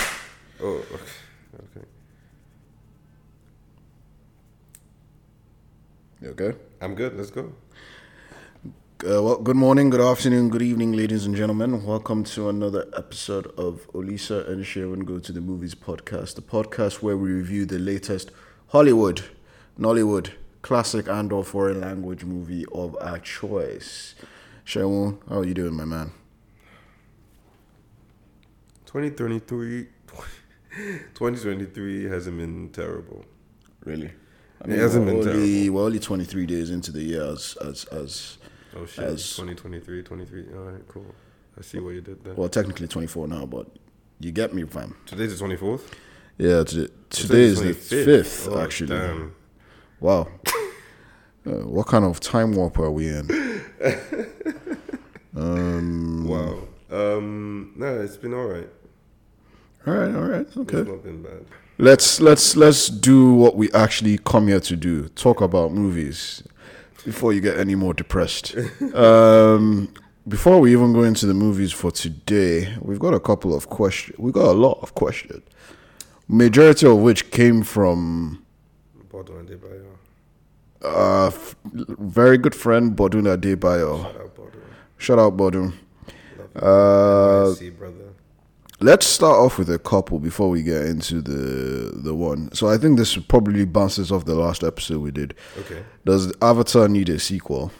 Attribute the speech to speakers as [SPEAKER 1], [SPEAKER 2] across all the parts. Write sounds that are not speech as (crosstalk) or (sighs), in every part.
[SPEAKER 1] Oh, okay. okay.
[SPEAKER 2] You okay?
[SPEAKER 1] I'm good. Let's go.
[SPEAKER 2] Uh, well, good morning, good afternoon, good evening, ladies and gentlemen. Welcome to another episode of Olisa and Sharon Go to the Movies podcast, the podcast where we review the latest Hollywood, Nollywood, classic and or foreign language movie of our choice. Sharon, how are you doing, my man?
[SPEAKER 1] 2023, (laughs) 2023 hasn't been terrible.
[SPEAKER 2] Really? I
[SPEAKER 1] It hasn't
[SPEAKER 2] we're
[SPEAKER 1] been
[SPEAKER 2] only, We're only 23 days into the year as, as, as
[SPEAKER 1] Oh shit!
[SPEAKER 2] As-
[SPEAKER 1] 2023, 23. All right, cool. I see what you did there.
[SPEAKER 2] well, technically 24 now, but you get me, fam.
[SPEAKER 1] Today's the 24th.
[SPEAKER 2] Yeah, today, today is the
[SPEAKER 1] 25th.
[SPEAKER 2] 5th,
[SPEAKER 1] Oh,
[SPEAKER 2] actually.
[SPEAKER 1] Damn.
[SPEAKER 2] Wow. Uh, what kind of time warp are we in? Mm.
[SPEAKER 1] Wow. Um. No, it's been all right.
[SPEAKER 2] All right, all right,
[SPEAKER 1] It's
[SPEAKER 2] okay.
[SPEAKER 1] not been bad.
[SPEAKER 2] Let's let's let's do what we actually come here to do: talk about movies. Before you get any more (laughs) depressed, um, before we even go into the movies for today, we've got a couple of questions. We got a lot of questions, majority of which came from
[SPEAKER 1] Bottom and Debayo.
[SPEAKER 2] a f- very good friend Boduna Debayo.
[SPEAKER 1] Shout out Bottom.
[SPEAKER 2] Shout out Bodun.
[SPEAKER 1] Love you.
[SPEAKER 2] Uh,
[SPEAKER 1] see, brother.
[SPEAKER 2] Let's start off with a couple before we get into the the one. So I think this probably bounces off the last episode we did.
[SPEAKER 1] Okay.
[SPEAKER 2] Does Avatar need a sequel?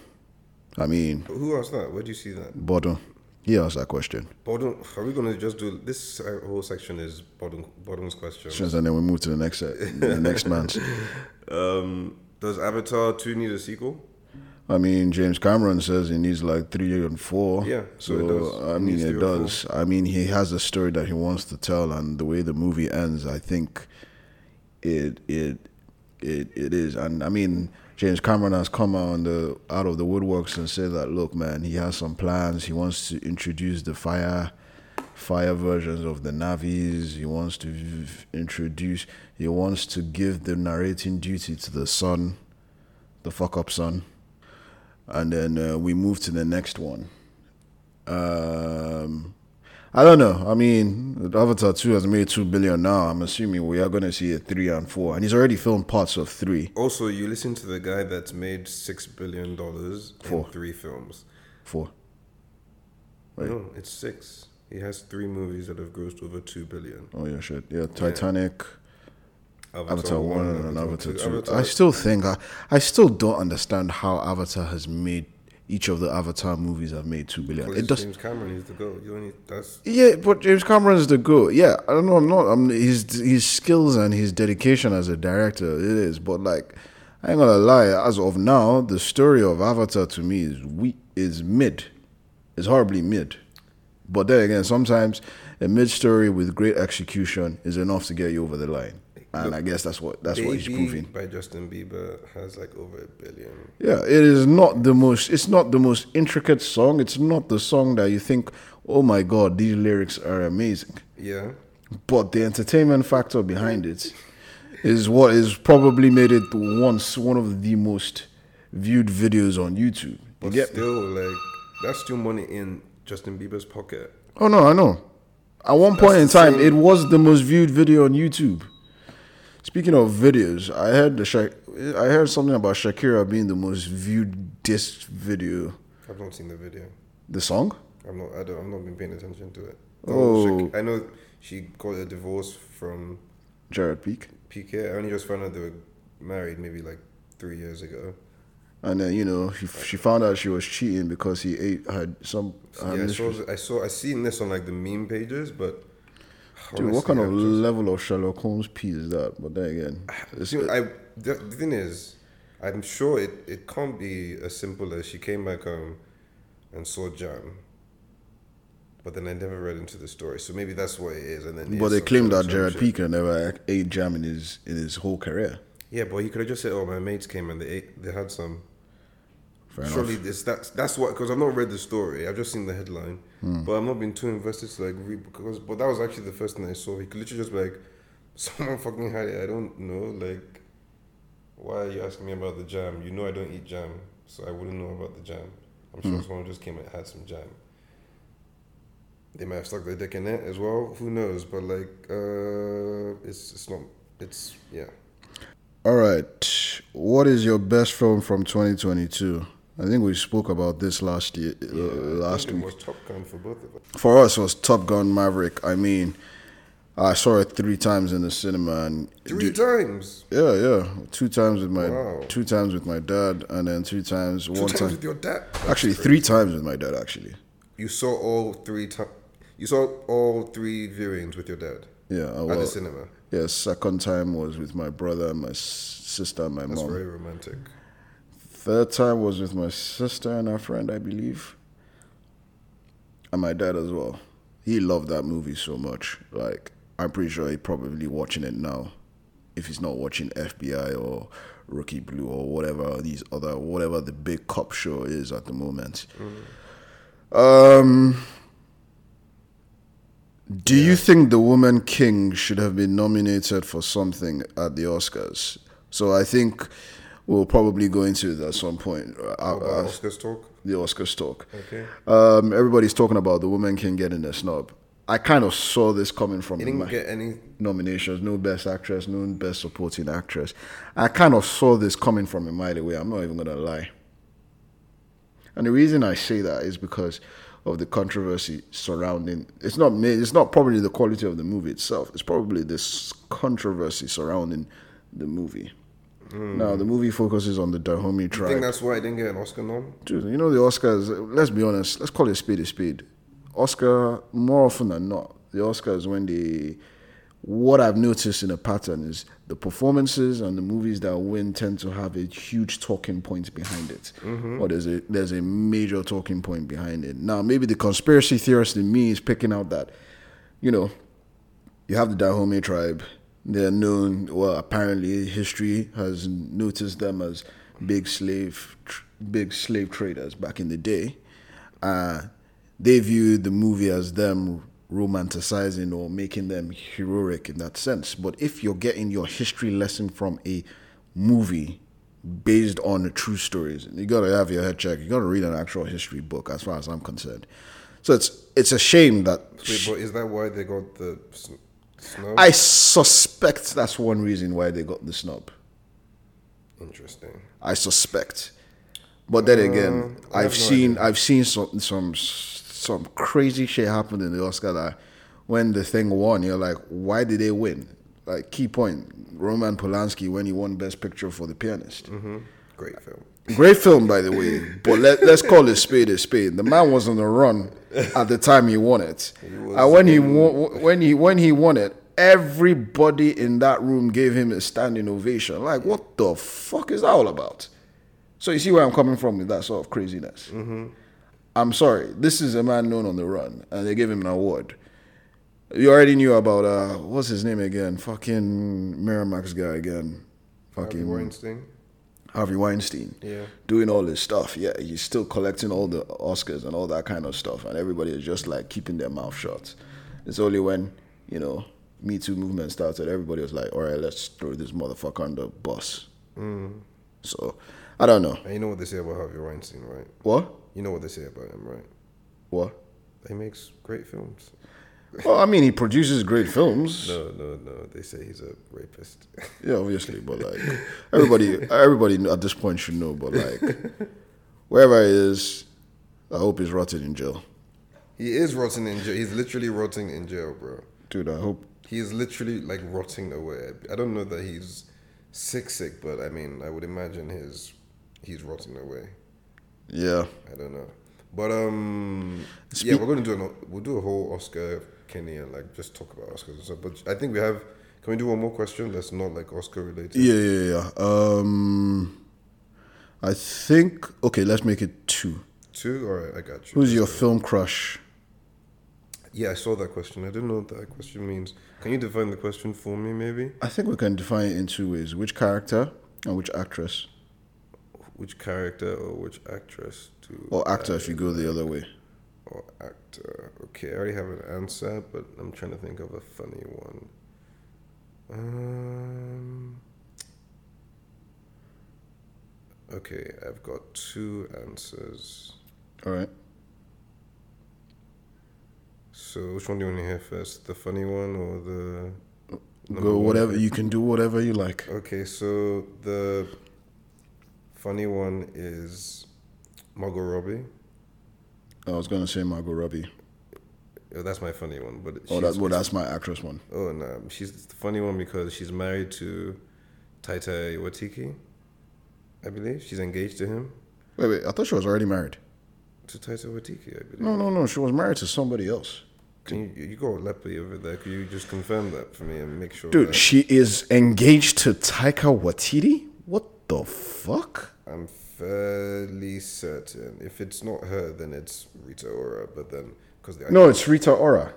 [SPEAKER 2] I mean,
[SPEAKER 1] Who asked that? Where do you see that?
[SPEAKER 2] Bodo, he asked that question,
[SPEAKER 1] Bottom. Are we gonna just do this uh, whole section? Is Bottom Bottom's question?
[SPEAKER 2] and then we move to the next set, the next man's.
[SPEAKER 1] Um. Does Avatar two need a sequel?
[SPEAKER 2] I mean, James Cameron says he needs like three and four.
[SPEAKER 1] Yeah, so it does.
[SPEAKER 2] I
[SPEAKER 1] He
[SPEAKER 2] mean,
[SPEAKER 1] needs
[SPEAKER 2] it
[SPEAKER 1] three or
[SPEAKER 2] does. I mean, he has a story that he wants to tell, and the way the movie ends, I think it it it it is. And I mean, James Cameron has come out on the out of the woodworks and said that look, man, he has some plans. He wants to introduce the fire fire versions of the navies he wants to v- introduce he wants to give the narrating duty to the son the fuck up son and then uh, we move to the next one um i don't know i mean avatar 2 has made 2 billion now i'm assuming we are going to see a 3 and 4 and he's already filmed parts of 3
[SPEAKER 1] Also, you listen to the guy that's made six billion dollars in
[SPEAKER 2] Four.
[SPEAKER 1] three films.
[SPEAKER 2] 4 Wait.
[SPEAKER 1] No, it's six. He has three movies that have grossed over two billion.
[SPEAKER 2] oh yeah shit yeah titanic Avatar one and Avatar two. I
[SPEAKER 1] Avatar,
[SPEAKER 2] still think I, I still don't understand how Avatar has made each of the Avatar movies have made two billion.
[SPEAKER 1] well,
[SPEAKER 2] It does,
[SPEAKER 1] James Cameron needs to go. You don't need that's
[SPEAKER 2] yeah. But James Cameron's the go. Yeah, I don't know. I'm not. I'm his his skills and his dedication as a director. It is, but like, I ain't gonna lie. As of now, the story of Avatar to me is we is mid, is horribly mid. But then again, sometimes a mid story with great execution is enough to get you over the line. And I guess that's what that's what he's
[SPEAKER 1] Baby
[SPEAKER 2] proving.
[SPEAKER 1] by Justin Bieber has like over a billion.
[SPEAKER 2] Yeah, it is not the most. It's not the most intricate song. It's not the song that you think, "Oh my God, these lyrics are amazing."
[SPEAKER 1] Yeah.
[SPEAKER 2] But the entertainment factor behind it is what is probably made it once one of the most viewed videos on YouTube. You
[SPEAKER 1] But
[SPEAKER 2] get me?
[SPEAKER 1] still like that's still money in Justin Bieber's pocket.
[SPEAKER 2] Oh no, I know. At one point in
[SPEAKER 1] That's the
[SPEAKER 2] time,
[SPEAKER 1] same-
[SPEAKER 2] it was the most viewed video on YouTube. Speaking of videos, I heard the Sha- I heard something about Shakira being the most viewed disc video.
[SPEAKER 1] I've not seen the video.
[SPEAKER 2] The song?
[SPEAKER 1] I'm not I don't I've not been paying attention to it.
[SPEAKER 2] Oh.
[SPEAKER 1] I know she got a divorce from
[SPEAKER 2] Jared Peak.
[SPEAKER 1] PK. I only just found out they were married maybe like three years ago.
[SPEAKER 2] And then you know she, she found out she was cheating because he ate her some. Her
[SPEAKER 1] yeah, I saw,
[SPEAKER 2] mistress.
[SPEAKER 1] I saw, I seen this on like the meme pages, but
[SPEAKER 2] Dude, what kind of
[SPEAKER 1] honestly,
[SPEAKER 2] level of Sherlock Holmes pee is that? But
[SPEAKER 1] (sighs)
[SPEAKER 2] then again,
[SPEAKER 1] I'm
[SPEAKER 2] it's,
[SPEAKER 1] just- I, the, the thing is, I'm sure it, it can't be as simple as she came back home and saw Jam, but then I never read into the story, so maybe that's what it is. And then
[SPEAKER 2] but
[SPEAKER 1] it's
[SPEAKER 2] they
[SPEAKER 1] some
[SPEAKER 2] claim
[SPEAKER 1] sort
[SPEAKER 2] that
[SPEAKER 1] of
[SPEAKER 2] Jared
[SPEAKER 1] shit.
[SPEAKER 2] Pico never ac- ate jam in his in his whole career.
[SPEAKER 1] Yeah, but he could have just said, "Oh, my mates came and they ate, they had some."
[SPEAKER 2] Fair enough.
[SPEAKER 1] Surely this that's that's what because I've not read the story. I've just seen the headline,
[SPEAKER 2] Hmm.
[SPEAKER 1] but I've not been too invested to like read because. But that was actually the first thing I saw. He could literally just be like, (laughs) someone fucking had it. I don't know. Like, why are you asking me about the jam? You know I don't eat jam,
[SPEAKER 2] Hmm.
[SPEAKER 1] so I wouldn't know about the jam. I'm sure someone just came and had some jam. They might have stuck their dick in it as well. Who knows? But like, uh, it's it's not. It's yeah.
[SPEAKER 2] All right. What is your best film from 2022? I think we spoke about this last year, uh, last
[SPEAKER 1] I think
[SPEAKER 2] week.
[SPEAKER 1] it was Top Gun for both of us.
[SPEAKER 2] for us it was Top Gun Maverick. I mean, I saw it three times in the cinema, and
[SPEAKER 1] Three
[SPEAKER 2] dude,
[SPEAKER 1] times.
[SPEAKER 2] yeah, yeah, two times with my
[SPEAKER 1] Wow.
[SPEAKER 2] two times with my dad, and then two times
[SPEAKER 1] Two
[SPEAKER 2] one
[SPEAKER 1] times
[SPEAKER 2] time.
[SPEAKER 1] with your dad.
[SPEAKER 2] Actually, three times with my dad. Actually,
[SPEAKER 1] You saw all three times. You saw all three viewings with your dad
[SPEAKER 2] yeah. I
[SPEAKER 1] at the
[SPEAKER 2] was,
[SPEAKER 1] cinema.
[SPEAKER 2] yeah, second time was with my brother, my s- sister, and my
[SPEAKER 1] That's
[SPEAKER 2] mom.
[SPEAKER 1] very romantic.
[SPEAKER 2] Third time was with my sister and her friend, I believe, and my dad as well. He loved that movie so much. Like, I'm pretty sure he probably watching it now, if he's not watching FBI or Rookie Blue or whatever these other whatever the big cop show is at the moment. Um, do you think The Woman King should have been nominated for something at the Oscars? So I think we'll probably go into it at some point. uh,
[SPEAKER 1] How about
[SPEAKER 2] uh,
[SPEAKER 1] Oscars talk?
[SPEAKER 2] the Oscars talk.
[SPEAKER 1] Okay.
[SPEAKER 2] Um, everybody's talking about The Woman King getting a snub. I kind of saw this coming from
[SPEAKER 1] You
[SPEAKER 2] the
[SPEAKER 1] didn't
[SPEAKER 2] ma-
[SPEAKER 1] get any.
[SPEAKER 2] nominations, no Best Actress, no Best Supporting Actress. I kind of saw this coming from a mile away. I'm not even gonna lie. And the reason I say that is because of the controversy surrounding. It's not. ma- It's not probably the quality of the movie itself. It's probably this controversy surrounding the movie. Now the movie focuses on the Dahomey
[SPEAKER 1] I
[SPEAKER 2] tribe.
[SPEAKER 1] think that's why I didn't get an Oscar nom.
[SPEAKER 2] Dude, you know the Oscars. Let's be honest. Let's call it speed is speed. Oscar more often than not, the Oscars when they. What I've noticed in a pattern is the performances and the movies that win tend to have a huge talking point behind it, or there's a there's a major talking point behind it. Now maybe the conspiracy theorist in me is picking out that, you know, you have the Dahomey tribe. They're known, well, apparently history has noticed them as big slave, tr- big slave traders back in the day. Uh, they viewed the movie as them romanticizing or making them heroic in that sense. But if you're getting your history lesson from a movie based on the true stories, you gotta have your head checked. You gotta read an actual history book, as far as I'm concerned. So it's it's a shame that
[SPEAKER 1] Wait, but is that why they got the sn- snow?
[SPEAKER 2] I suspect that's one reason why they got the snub.
[SPEAKER 1] Interesting.
[SPEAKER 2] I suspect. But then again,
[SPEAKER 1] I Um, have no
[SPEAKER 2] I've seen I've seen some some some crazy shit happen in the Oscar that when the thing won, you're like, why did they win? Like key point, Roman Polanski when he won Best Picture for The
[SPEAKER 1] Mm.
[SPEAKER 2] Pianist.
[SPEAKER 1] Great film.
[SPEAKER 2] Great film, by the way. But let, let's call it spade a spade. The man was on the run at the time he won it, and when he won, when he when he won it, everybody in that room gave him a standing ovation. Like, what the fuck is that all about? So you see where I'm coming from with that sort of craziness. I'm sorry, this is a man known on the run, and they gave him an award. You already knew about uh, what's his name again? Fucking Miramax guy again.
[SPEAKER 1] Harvey
[SPEAKER 2] Fucking
[SPEAKER 1] Weinstein.
[SPEAKER 2] Harvey Weinstein
[SPEAKER 1] Yeah.
[SPEAKER 2] doing all this stuff. Yeah, he's still collecting all the Oscars and all that kind of stuff, and everybody is just like keeping their mouth shut. It's only when you know Me Too movement started, everybody was like, "All right, let's throw this motherfucker under the bus." So I don't know
[SPEAKER 1] And you know what they say about Harvey Weinstein, right?
[SPEAKER 2] what
[SPEAKER 1] You know what they say about him, right?
[SPEAKER 2] what.
[SPEAKER 1] He makes great films.
[SPEAKER 2] Well, I mean, he produces great films.
[SPEAKER 1] No, no, no. They say he's a rapist.
[SPEAKER 2] Yeah, obviously, but like everybody, everybody at this point should know. But like, wherever he is, I hope he's rotted in jail,
[SPEAKER 1] (laughs) he is rotting in jail. He's literally rotting in jail, bro.
[SPEAKER 2] dude. I hope
[SPEAKER 1] He is literally like rotting away. I don't know that he's sick, sick, but I mean, I would imagine his he's rotting away.
[SPEAKER 2] Yeah.
[SPEAKER 1] I don't know, but um, yeah,
[SPEAKER 2] Speak-
[SPEAKER 1] we're gonna do an, we'll do a whole Oscar Kenny and like just talk about Oscars and stuff. But I think we have. Can we do one more question that's not like Oscar related?
[SPEAKER 2] Yeah, yeah, yeah. Um, I think okay. Let's make it two.
[SPEAKER 1] Two. All right, I got you.
[SPEAKER 2] Who's your film crush?
[SPEAKER 1] Yeah, I saw that question. I don't know what that question means. Can you define the question for me, maybe?
[SPEAKER 2] I think we can define it in two ways: which character and which actress,
[SPEAKER 1] Which character or which actress to
[SPEAKER 2] or actor if you go the other way.
[SPEAKER 1] or actor? Okay, I already have an answer, but I'm trying to think of a funny one. Um. Okay, I've got two answers.
[SPEAKER 2] All right.
[SPEAKER 1] So which one do you want to hear first? The funny one or the number
[SPEAKER 2] Go
[SPEAKER 1] one?
[SPEAKER 2] whatever you can do, whatever you like.
[SPEAKER 1] Okay, so the funny one is Margot Robbie.
[SPEAKER 2] I was gonna say Margot Robbie.
[SPEAKER 1] Oh, that's my funny one, but she's-
[SPEAKER 2] Oh, that, well, that's my actress one.
[SPEAKER 1] Oh no, she's it's the funny one because she's married to Taita Iwatiki, I believe. She's engaged to him,
[SPEAKER 2] Wait, wait. I thought she was already married.
[SPEAKER 1] to Taita Iwatiki, I believe.
[SPEAKER 2] No, no, no. She was married to somebody else.
[SPEAKER 1] Can you, you got Lepi over there? Could you just confirm that for me and make sure?
[SPEAKER 2] Dude,
[SPEAKER 1] that
[SPEAKER 2] she is engaged to Taika Waititi. What the fuck?
[SPEAKER 1] I'm fairly certain. If it's not her, then it's Rita Ora. But then, because
[SPEAKER 2] No, it's Rita Ora.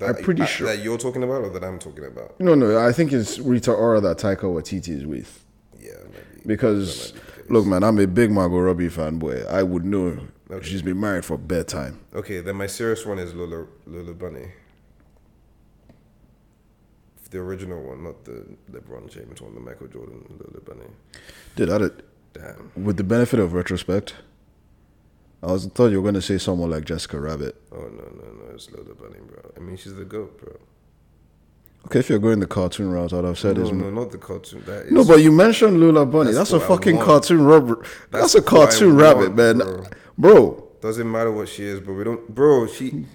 [SPEAKER 2] I'm pretty sure.
[SPEAKER 1] that you're talking about or that I'm talking about.
[SPEAKER 2] No, no. I think it's Rita Ora that Taika Waititi is with.
[SPEAKER 1] Yeah, maybe.
[SPEAKER 2] Because look, man, I'm a big Margot Robbie fanboy. I would know.
[SPEAKER 1] Okay.
[SPEAKER 2] She's been married for bedtime.
[SPEAKER 1] Okay, then my serious one is Lola Lola Bunny. The original one, not the LeBron James one, the Michael Jordan Lola Bunny.
[SPEAKER 2] Dude, I did,
[SPEAKER 1] Damn.
[SPEAKER 2] with the benefit of retrospect, I was thought you were gonna say someone like Jessica Rabbit.
[SPEAKER 1] Oh no no no, it's Lola Bunny, bro. I mean, she's the goat, bro.
[SPEAKER 2] Okay, if you're going the cartoon route, I'd have said
[SPEAKER 1] No
[SPEAKER 2] is
[SPEAKER 1] no, not the cartoon. That is
[SPEAKER 2] No, but you mentioned Lula Bunny.
[SPEAKER 1] That's
[SPEAKER 2] That's,
[SPEAKER 1] what
[SPEAKER 2] a
[SPEAKER 1] I
[SPEAKER 2] fucking
[SPEAKER 1] want.
[SPEAKER 2] cartoon rubber.
[SPEAKER 1] That's
[SPEAKER 2] That's, a
[SPEAKER 1] what I
[SPEAKER 2] cartoon
[SPEAKER 1] want,
[SPEAKER 2] rabbit, man.
[SPEAKER 1] bro.
[SPEAKER 2] Bro.
[SPEAKER 1] doesn't matter what she is, but we don't, bro. She,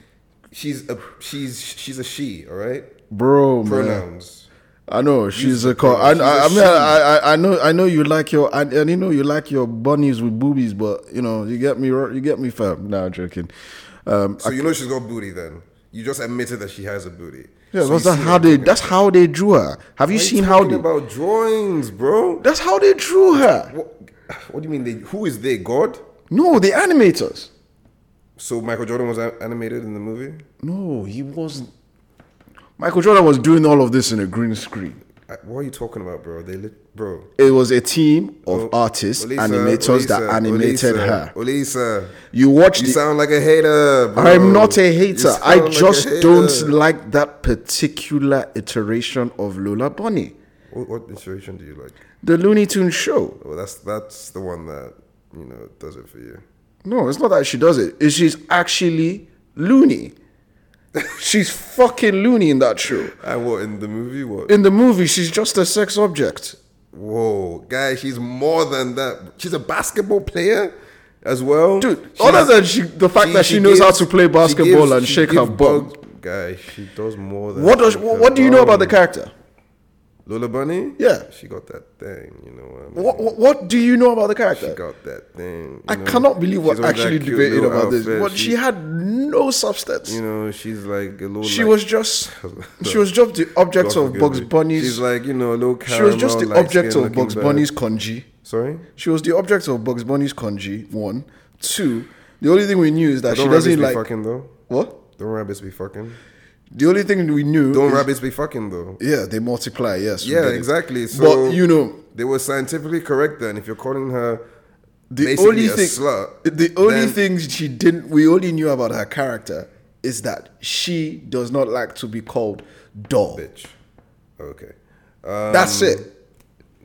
[SPEAKER 1] she's a she's she's a she. All right.
[SPEAKER 2] Bro, man.
[SPEAKER 1] Pronouns.
[SPEAKER 2] I know she's a car. I,
[SPEAKER 1] pronouns.
[SPEAKER 2] I, I
[SPEAKER 1] She's
[SPEAKER 2] mean,
[SPEAKER 1] a
[SPEAKER 2] I, I, I know, I know you like your, I, and you know you like your bunnies with boobies, but you know you get me, ro- you get me, fam. Nah, joking. Um,
[SPEAKER 1] So you know she's got booty. Then you just admitted that she has a booty.
[SPEAKER 2] yeah,
[SPEAKER 1] So you
[SPEAKER 2] that's that's
[SPEAKER 1] see
[SPEAKER 2] how
[SPEAKER 1] what
[SPEAKER 2] they.
[SPEAKER 1] I'm talking
[SPEAKER 2] That's how they drew her. Have you
[SPEAKER 1] about.
[SPEAKER 2] seen
[SPEAKER 1] Why
[SPEAKER 2] how
[SPEAKER 1] talking
[SPEAKER 2] they?
[SPEAKER 1] about drawings, bro?
[SPEAKER 2] that's how they drew her.
[SPEAKER 1] What, what do you mean? They, who is they? God?
[SPEAKER 2] No, the animators.
[SPEAKER 1] So Michael Jordan was a- animated in the movie.
[SPEAKER 2] No, he wasn't. Michael Jordan was doing all of this in a green screen.
[SPEAKER 1] I, what are you talking about, bro? They lit, bro.
[SPEAKER 2] It was a team of artists,
[SPEAKER 1] Olisa,
[SPEAKER 2] animators that
[SPEAKER 1] Olisa,
[SPEAKER 2] animated
[SPEAKER 1] Olisa,
[SPEAKER 2] her.
[SPEAKER 1] Olisa,
[SPEAKER 2] You watch
[SPEAKER 1] you
[SPEAKER 2] the.
[SPEAKER 1] sound like a hater. Bro.
[SPEAKER 2] I'm not a
[SPEAKER 1] You
[SPEAKER 2] hater.
[SPEAKER 1] sound
[SPEAKER 2] I
[SPEAKER 1] like a
[SPEAKER 2] just
[SPEAKER 1] hater.
[SPEAKER 2] don't like that particular iteration of Lola Bunny,
[SPEAKER 1] What, what inspiration do you like?
[SPEAKER 2] the Looney Tunes show.
[SPEAKER 1] Well, that's that's the one that you know does it for you.
[SPEAKER 2] No, it's not that she does it. It's she's actually
[SPEAKER 1] (laughs)
[SPEAKER 2] loony. she's fucking loony in that show.
[SPEAKER 1] And what in the movie? What?
[SPEAKER 2] In the movie, she's just a sex object.
[SPEAKER 1] Whoa, guy, she's more than that. She's a basketball player as well,
[SPEAKER 2] Dude,
[SPEAKER 1] She's-
[SPEAKER 2] other than she, the fact that she, knows how
[SPEAKER 1] gives-
[SPEAKER 2] to play
[SPEAKER 1] she
[SPEAKER 2] basketball
[SPEAKER 1] gives-
[SPEAKER 2] and
[SPEAKER 1] she
[SPEAKER 2] shake her
[SPEAKER 1] gives
[SPEAKER 2] butt.
[SPEAKER 1] bug- Guy, she does more than.
[SPEAKER 2] What does
[SPEAKER 1] shake
[SPEAKER 2] what,
[SPEAKER 1] her
[SPEAKER 2] what do you know about the
[SPEAKER 1] bum.
[SPEAKER 2] character?
[SPEAKER 1] Lola Bunny?
[SPEAKER 2] Yeah.
[SPEAKER 1] she got that thing. You know what? I mean?
[SPEAKER 2] What, what what do you know about the
[SPEAKER 1] She
[SPEAKER 2] character?
[SPEAKER 1] got that thing. you
[SPEAKER 2] I
[SPEAKER 1] know?
[SPEAKER 2] cannot believe
[SPEAKER 1] She's
[SPEAKER 2] we're
[SPEAKER 1] wearing that
[SPEAKER 2] actually
[SPEAKER 1] cute
[SPEAKER 2] debating
[SPEAKER 1] little
[SPEAKER 2] about this.
[SPEAKER 1] outfit.
[SPEAKER 2] But she had no substance.
[SPEAKER 1] you know, she's like a little.
[SPEAKER 2] she
[SPEAKER 1] like-
[SPEAKER 2] was
[SPEAKER 1] (laughs)
[SPEAKER 2] just she was just the
[SPEAKER 1] God
[SPEAKER 2] object of
[SPEAKER 1] forgive
[SPEAKER 2] Bugs
[SPEAKER 1] me.
[SPEAKER 2] Bunny's.
[SPEAKER 1] She's like you know a little.
[SPEAKER 2] she was just the
[SPEAKER 1] caramel,
[SPEAKER 2] object
[SPEAKER 1] light-skinned
[SPEAKER 2] of Bugs
[SPEAKER 1] looking
[SPEAKER 2] Bunny's congee.
[SPEAKER 1] bird. Sorry.
[SPEAKER 2] She was the object of Bugs Bunny's congee. One, two. The only thing we knew is that she
[SPEAKER 1] Don't
[SPEAKER 2] doesn't
[SPEAKER 1] rabbits be
[SPEAKER 2] like
[SPEAKER 1] fucking though?
[SPEAKER 2] what.
[SPEAKER 1] Don't rabbits be fucking?
[SPEAKER 2] The only thing we knew.
[SPEAKER 1] Don't
[SPEAKER 2] is-
[SPEAKER 1] rabbits be fucking though?
[SPEAKER 2] Yeah, they multiply. Yes. we
[SPEAKER 1] Yeah,
[SPEAKER 2] get it.
[SPEAKER 1] exactly. So
[SPEAKER 2] But you know,
[SPEAKER 1] they were scientifically correct then. If you're calling her
[SPEAKER 2] the
[SPEAKER 1] basically
[SPEAKER 2] only
[SPEAKER 1] a
[SPEAKER 2] thing
[SPEAKER 1] slut,
[SPEAKER 2] the only
[SPEAKER 1] then-
[SPEAKER 2] thing she didn't we only knew about her character is that she does not like to be called doll.
[SPEAKER 1] bitch. Okay. Um,
[SPEAKER 2] That's it.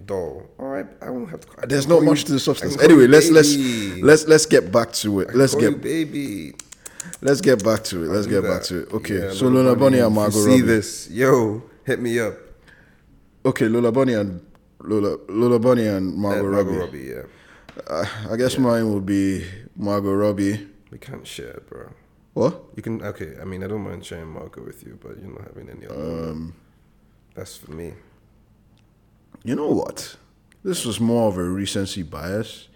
[SPEAKER 1] Doll. All right. I won't have to. I can
[SPEAKER 2] There's
[SPEAKER 1] call
[SPEAKER 2] not
[SPEAKER 1] you-
[SPEAKER 2] much to
[SPEAKER 1] I can
[SPEAKER 2] the substance.
[SPEAKER 1] call you
[SPEAKER 2] Anyway, let's let's
[SPEAKER 1] baby.
[SPEAKER 2] let's let's get back to it. Let's
[SPEAKER 1] Call
[SPEAKER 2] get
[SPEAKER 1] Oh, you baby.
[SPEAKER 2] let's get back to it. Let's
[SPEAKER 1] Do
[SPEAKER 2] get back
[SPEAKER 1] that.
[SPEAKER 2] to it. Okay,
[SPEAKER 1] Yeah,
[SPEAKER 2] so Lola Bunny and
[SPEAKER 1] if
[SPEAKER 2] Margot
[SPEAKER 1] you
[SPEAKER 2] Robbie.
[SPEAKER 1] See this, yo, hit me up.
[SPEAKER 2] Okay, Lola Bunny and Lola Lola Bunny and
[SPEAKER 1] At
[SPEAKER 2] Uh, Margot
[SPEAKER 1] Margot
[SPEAKER 2] Robbie.
[SPEAKER 1] Robbie. Yeah.
[SPEAKER 2] Uh, I guess mine would be Margot Robbie.
[SPEAKER 1] We can't share, bro.
[SPEAKER 2] What?
[SPEAKER 1] You can. Okay. I mean, I don't mind sharing Margot with you, but you're not having any other.
[SPEAKER 2] Um,
[SPEAKER 1] one. That's for me.
[SPEAKER 2] You know what? This was more of a recency bias,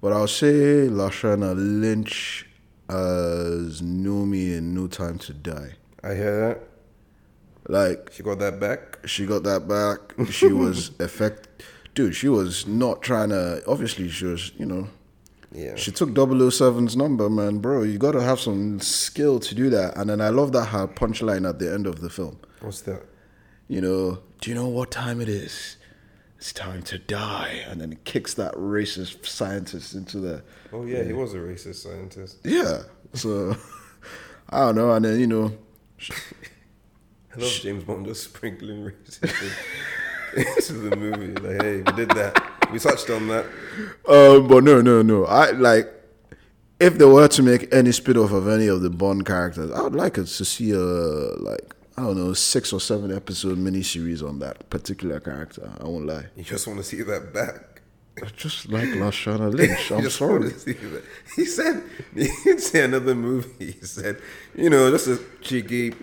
[SPEAKER 2] but I'll say Lashana Lynch as Noomi in No Time to Die.
[SPEAKER 1] I hear that.
[SPEAKER 2] Like
[SPEAKER 1] She got that back.
[SPEAKER 2] she got that back. She was effect. Dude, she was not trying to. Obviously, she was. You know,
[SPEAKER 1] Yeah.
[SPEAKER 2] she took 007's number, man, bro. You got to have some skill to do that. And then I love that her punchline at the end of the film.
[SPEAKER 1] What's that?
[SPEAKER 2] you know, do you know what time it is? It's time to die. And then it kicks that racist scientist into the.
[SPEAKER 1] Oh yeah, he was a racist scientist.
[SPEAKER 2] Yeah. So, (laughs) I don't know. And then, you know,
[SPEAKER 1] I love James Bond just (laughs) sprinkling racism (laughs) into the movie. Like, hey, we did that. We touched on that.
[SPEAKER 2] um, but no, no, no. I like. if they were to make any spin-off of any of the Bond characters, I would like us to see a like I don't know six or seven episode miniseries on that particular character. I won't lie.
[SPEAKER 1] You just want to see that back.
[SPEAKER 2] I just like Lashana
[SPEAKER 1] (laughs)
[SPEAKER 2] Lynch.
[SPEAKER 1] You
[SPEAKER 2] (laughs) I'm
[SPEAKER 1] just
[SPEAKER 2] sorry.
[SPEAKER 1] wanna see that. He said (laughs) he didn't say another movie. He said, you know, just a cheeky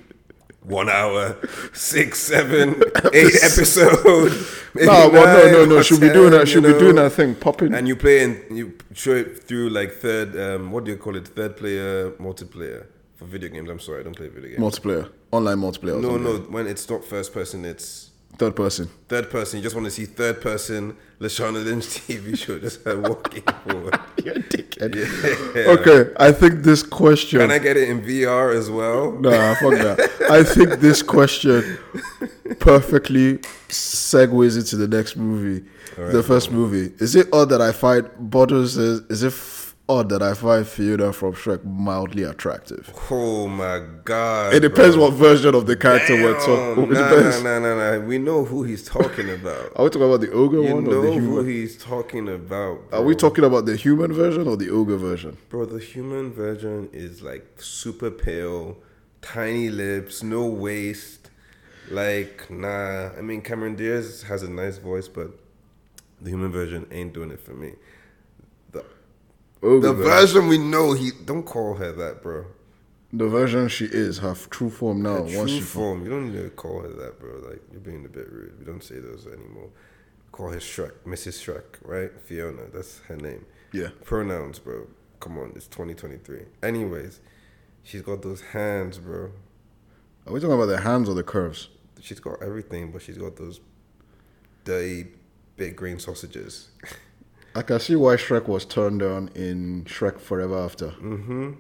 [SPEAKER 1] one hour, six,
[SPEAKER 2] (laughs)
[SPEAKER 1] seven, eight episode. maybe
[SPEAKER 2] No, well,
[SPEAKER 1] nine
[SPEAKER 2] no,
[SPEAKER 1] (laughs)
[SPEAKER 2] no, no.
[SPEAKER 1] or
[SPEAKER 2] Should be
[SPEAKER 1] 10,
[SPEAKER 2] doing
[SPEAKER 1] you
[SPEAKER 2] that. Should be
[SPEAKER 1] know.
[SPEAKER 2] doing that thing. Popping.
[SPEAKER 1] And you play and you show it through like third, um, what do you call it? Third player, multiplayer for video games. I'm sorry, I don't play video games.
[SPEAKER 2] multiplayer, online multiplayer. or
[SPEAKER 1] No,
[SPEAKER 2] something.
[SPEAKER 1] no, when it's not first person, it's
[SPEAKER 2] Third person.
[SPEAKER 1] third person. You just want to see third person Lashana Lynch TV show, (laughs) just her walking forward.
[SPEAKER 2] You're a dickhead.
[SPEAKER 1] Yeah.
[SPEAKER 2] Okay, I think this question.
[SPEAKER 1] Can I get it in VR as well?
[SPEAKER 2] Nah, fuck that. I think this question perfectly segues into the next movie, the first movie. Is it odd that I find Bodo says? Is it f- odd that I find Fiona from Shrek mildly attractive?
[SPEAKER 1] Oh my god.
[SPEAKER 2] It depends
[SPEAKER 1] bro.
[SPEAKER 2] what version of the character we're talking.
[SPEAKER 1] Damn.
[SPEAKER 2] It
[SPEAKER 1] Nah,
[SPEAKER 2] depends.
[SPEAKER 1] nah, nah, nah, nah. We know who he's talking about.
[SPEAKER 2] (laughs) Are we talking about the ogre
[SPEAKER 1] you
[SPEAKER 2] one or the
[SPEAKER 1] know who
[SPEAKER 2] human?
[SPEAKER 1] he's talking about.
[SPEAKER 2] Are
[SPEAKER 1] bro.
[SPEAKER 2] we talking about the human version or the ogre version?
[SPEAKER 1] Bro, the human version is like super pale, tiny lips, no waist. Like, nah. I mean, Cameron Diaz has a nice voice, but the human version ain't doing it for me. The,
[SPEAKER 2] Ogre
[SPEAKER 1] the
[SPEAKER 2] version.
[SPEAKER 1] version we know, he don't call her that, bro.
[SPEAKER 2] the version she is, her f- true form now.
[SPEAKER 1] True
[SPEAKER 2] once she
[SPEAKER 1] form. You don't need to call her that, bro. Like, you're being a bit rude. We don't say those anymore. Call her Shrek, Mrs. Shrek, right? Fiona, that's her name.
[SPEAKER 2] yeah.
[SPEAKER 1] Pronouns, bro. Come on, it's 2023. Anyways, she's got those hands, bro.
[SPEAKER 2] Are we talking about the hands or the curves?
[SPEAKER 1] She's got everything, but she's got those dirty big green
[SPEAKER 2] (laughs)
[SPEAKER 1] sausages.
[SPEAKER 2] I can see why Shrek was turned on in Shrek Forever After.
[SPEAKER 1] Mm-hmm.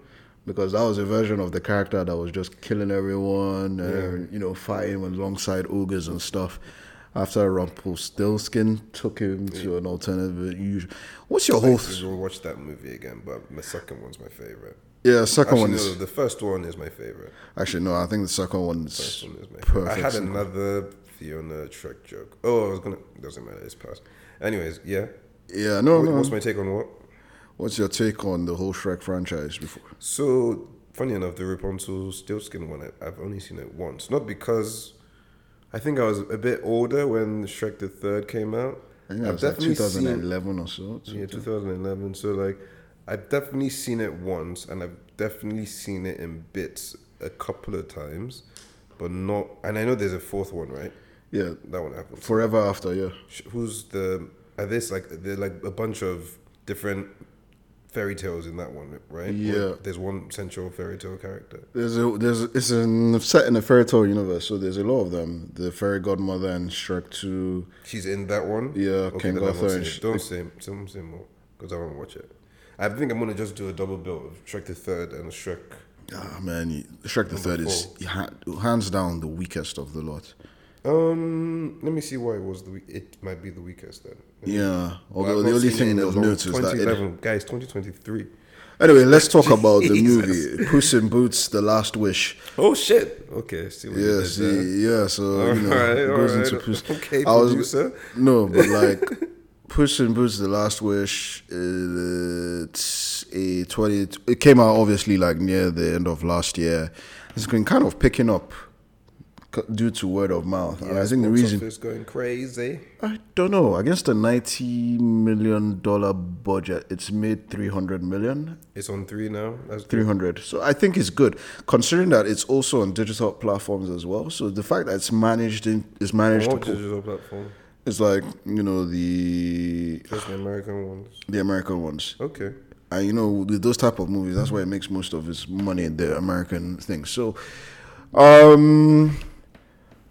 [SPEAKER 2] Because that was a version of the character that was just killing everyone, and, you know, fighting alongside ogres and stuff. After Rumpelstiltskin took him to an alternative. u- What's your whole?
[SPEAKER 1] We'll watch that movie again, but my second one's my favorite.
[SPEAKER 2] yeah, second
[SPEAKER 1] Actually,
[SPEAKER 2] one
[SPEAKER 1] no,
[SPEAKER 2] is
[SPEAKER 1] the first one is my favorite.
[SPEAKER 2] actually no. I think the second one's
[SPEAKER 1] First one is my favorite. I
[SPEAKER 2] perfect.
[SPEAKER 1] had another Fiona Trek joke. Oh, I was gonna. Doesn't matter. It's past. Anyways, yeah.
[SPEAKER 2] yeah, no,
[SPEAKER 1] What-
[SPEAKER 2] no.
[SPEAKER 1] What's my take on what?
[SPEAKER 2] What's your take on the whole Shrek franchise? Before
[SPEAKER 1] So funny enough, the Rapunzel Stiltskin one, I- I've only seen it once. Not because I think I was a bit older when Shrek the Third came out.
[SPEAKER 2] I think that
[SPEAKER 1] I've
[SPEAKER 2] was like
[SPEAKER 1] definitely seen-
[SPEAKER 2] 2011 or so.
[SPEAKER 1] Yeah, 2011. So like, I've definitely seen it once, and I've definitely seen it in bits a couple of times, but not. And I know there's a fourth one, right?
[SPEAKER 2] yeah,
[SPEAKER 1] That one happens.
[SPEAKER 2] Forever After. Yeah.
[SPEAKER 1] Sh- Who's the? Are this like they're like a bunch of different fairy tales in that one, right? Or
[SPEAKER 2] Yeah.
[SPEAKER 1] There's one central fairy tale character.
[SPEAKER 2] There's a there's it's an set in a fairy tale universe, so there's a lot of them. The fairy godmother and Shrek two.
[SPEAKER 1] She's in that one.
[SPEAKER 2] Yeah, King
[SPEAKER 1] then I won't
[SPEAKER 2] Arthur
[SPEAKER 1] say
[SPEAKER 2] and
[SPEAKER 1] it.
[SPEAKER 2] sh-
[SPEAKER 1] Don't say don't say more because I won't watch it. I think I'm gonna just do a double bill of Shrek the Third and Shrek.
[SPEAKER 2] Ah man, you- Shrek the third is ha- hands down the weakest of the lot.
[SPEAKER 1] Um, let me see why it was the we- it might be the weakest then.
[SPEAKER 2] Yeah,
[SPEAKER 1] Well, I've
[SPEAKER 2] although
[SPEAKER 1] not
[SPEAKER 2] the only
[SPEAKER 1] seen it
[SPEAKER 2] thing
[SPEAKER 1] in a
[SPEAKER 2] they've
[SPEAKER 1] long-
[SPEAKER 2] noticed that it,
[SPEAKER 1] 2011 guys 2023.
[SPEAKER 2] anyway, let's talk about the
[SPEAKER 1] Jesus.
[SPEAKER 2] movie Puss in Boots: The Last Wish.
[SPEAKER 1] Oh shit! Okay, see what
[SPEAKER 2] Yeah,
[SPEAKER 1] you did there.
[SPEAKER 2] see, yeah, so
[SPEAKER 1] (laughs)
[SPEAKER 2] you know,
[SPEAKER 1] Alright,
[SPEAKER 2] it goes
[SPEAKER 1] alright.
[SPEAKER 2] into Puss.
[SPEAKER 1] (laughs) Okay,
[SPEAKER 2] I was-
[SPEAKER 1] producer.
[SPEAKER 2] No, but like Puss in Boots: The Last Wish. uh, It's a twenty. It came out obviously like near the end of last year. It's been kind of picking up c- due to word of mouth, and I think the
[SPEAKER 1] Box
[SPEAKER 2] reason
[SPEAKER 1] office going crazy.
[SPEAKER 2] I don't know against a ninety million dollar budget, it's made three hundred million.
[SPEAKER 1] It's on three now. That's good.
[SPEAKER 2] 300 so i think it's good considering that it's also on digital platforms as well so the fact that it's managed in, is managed
[SPEAKER 1] What
[SPEAKER 2] to pull,
[SPEAKER 1] digital platform?
[SPEAKER 2] it's like you know the
[SPEAKER 1] Just the American ones.
[SPEAKER 2] the american ones
[SPEAKER 1] Okay.
[SPEAKER 2] and you know with those type of movies that's where it makes most of its money the american thing so um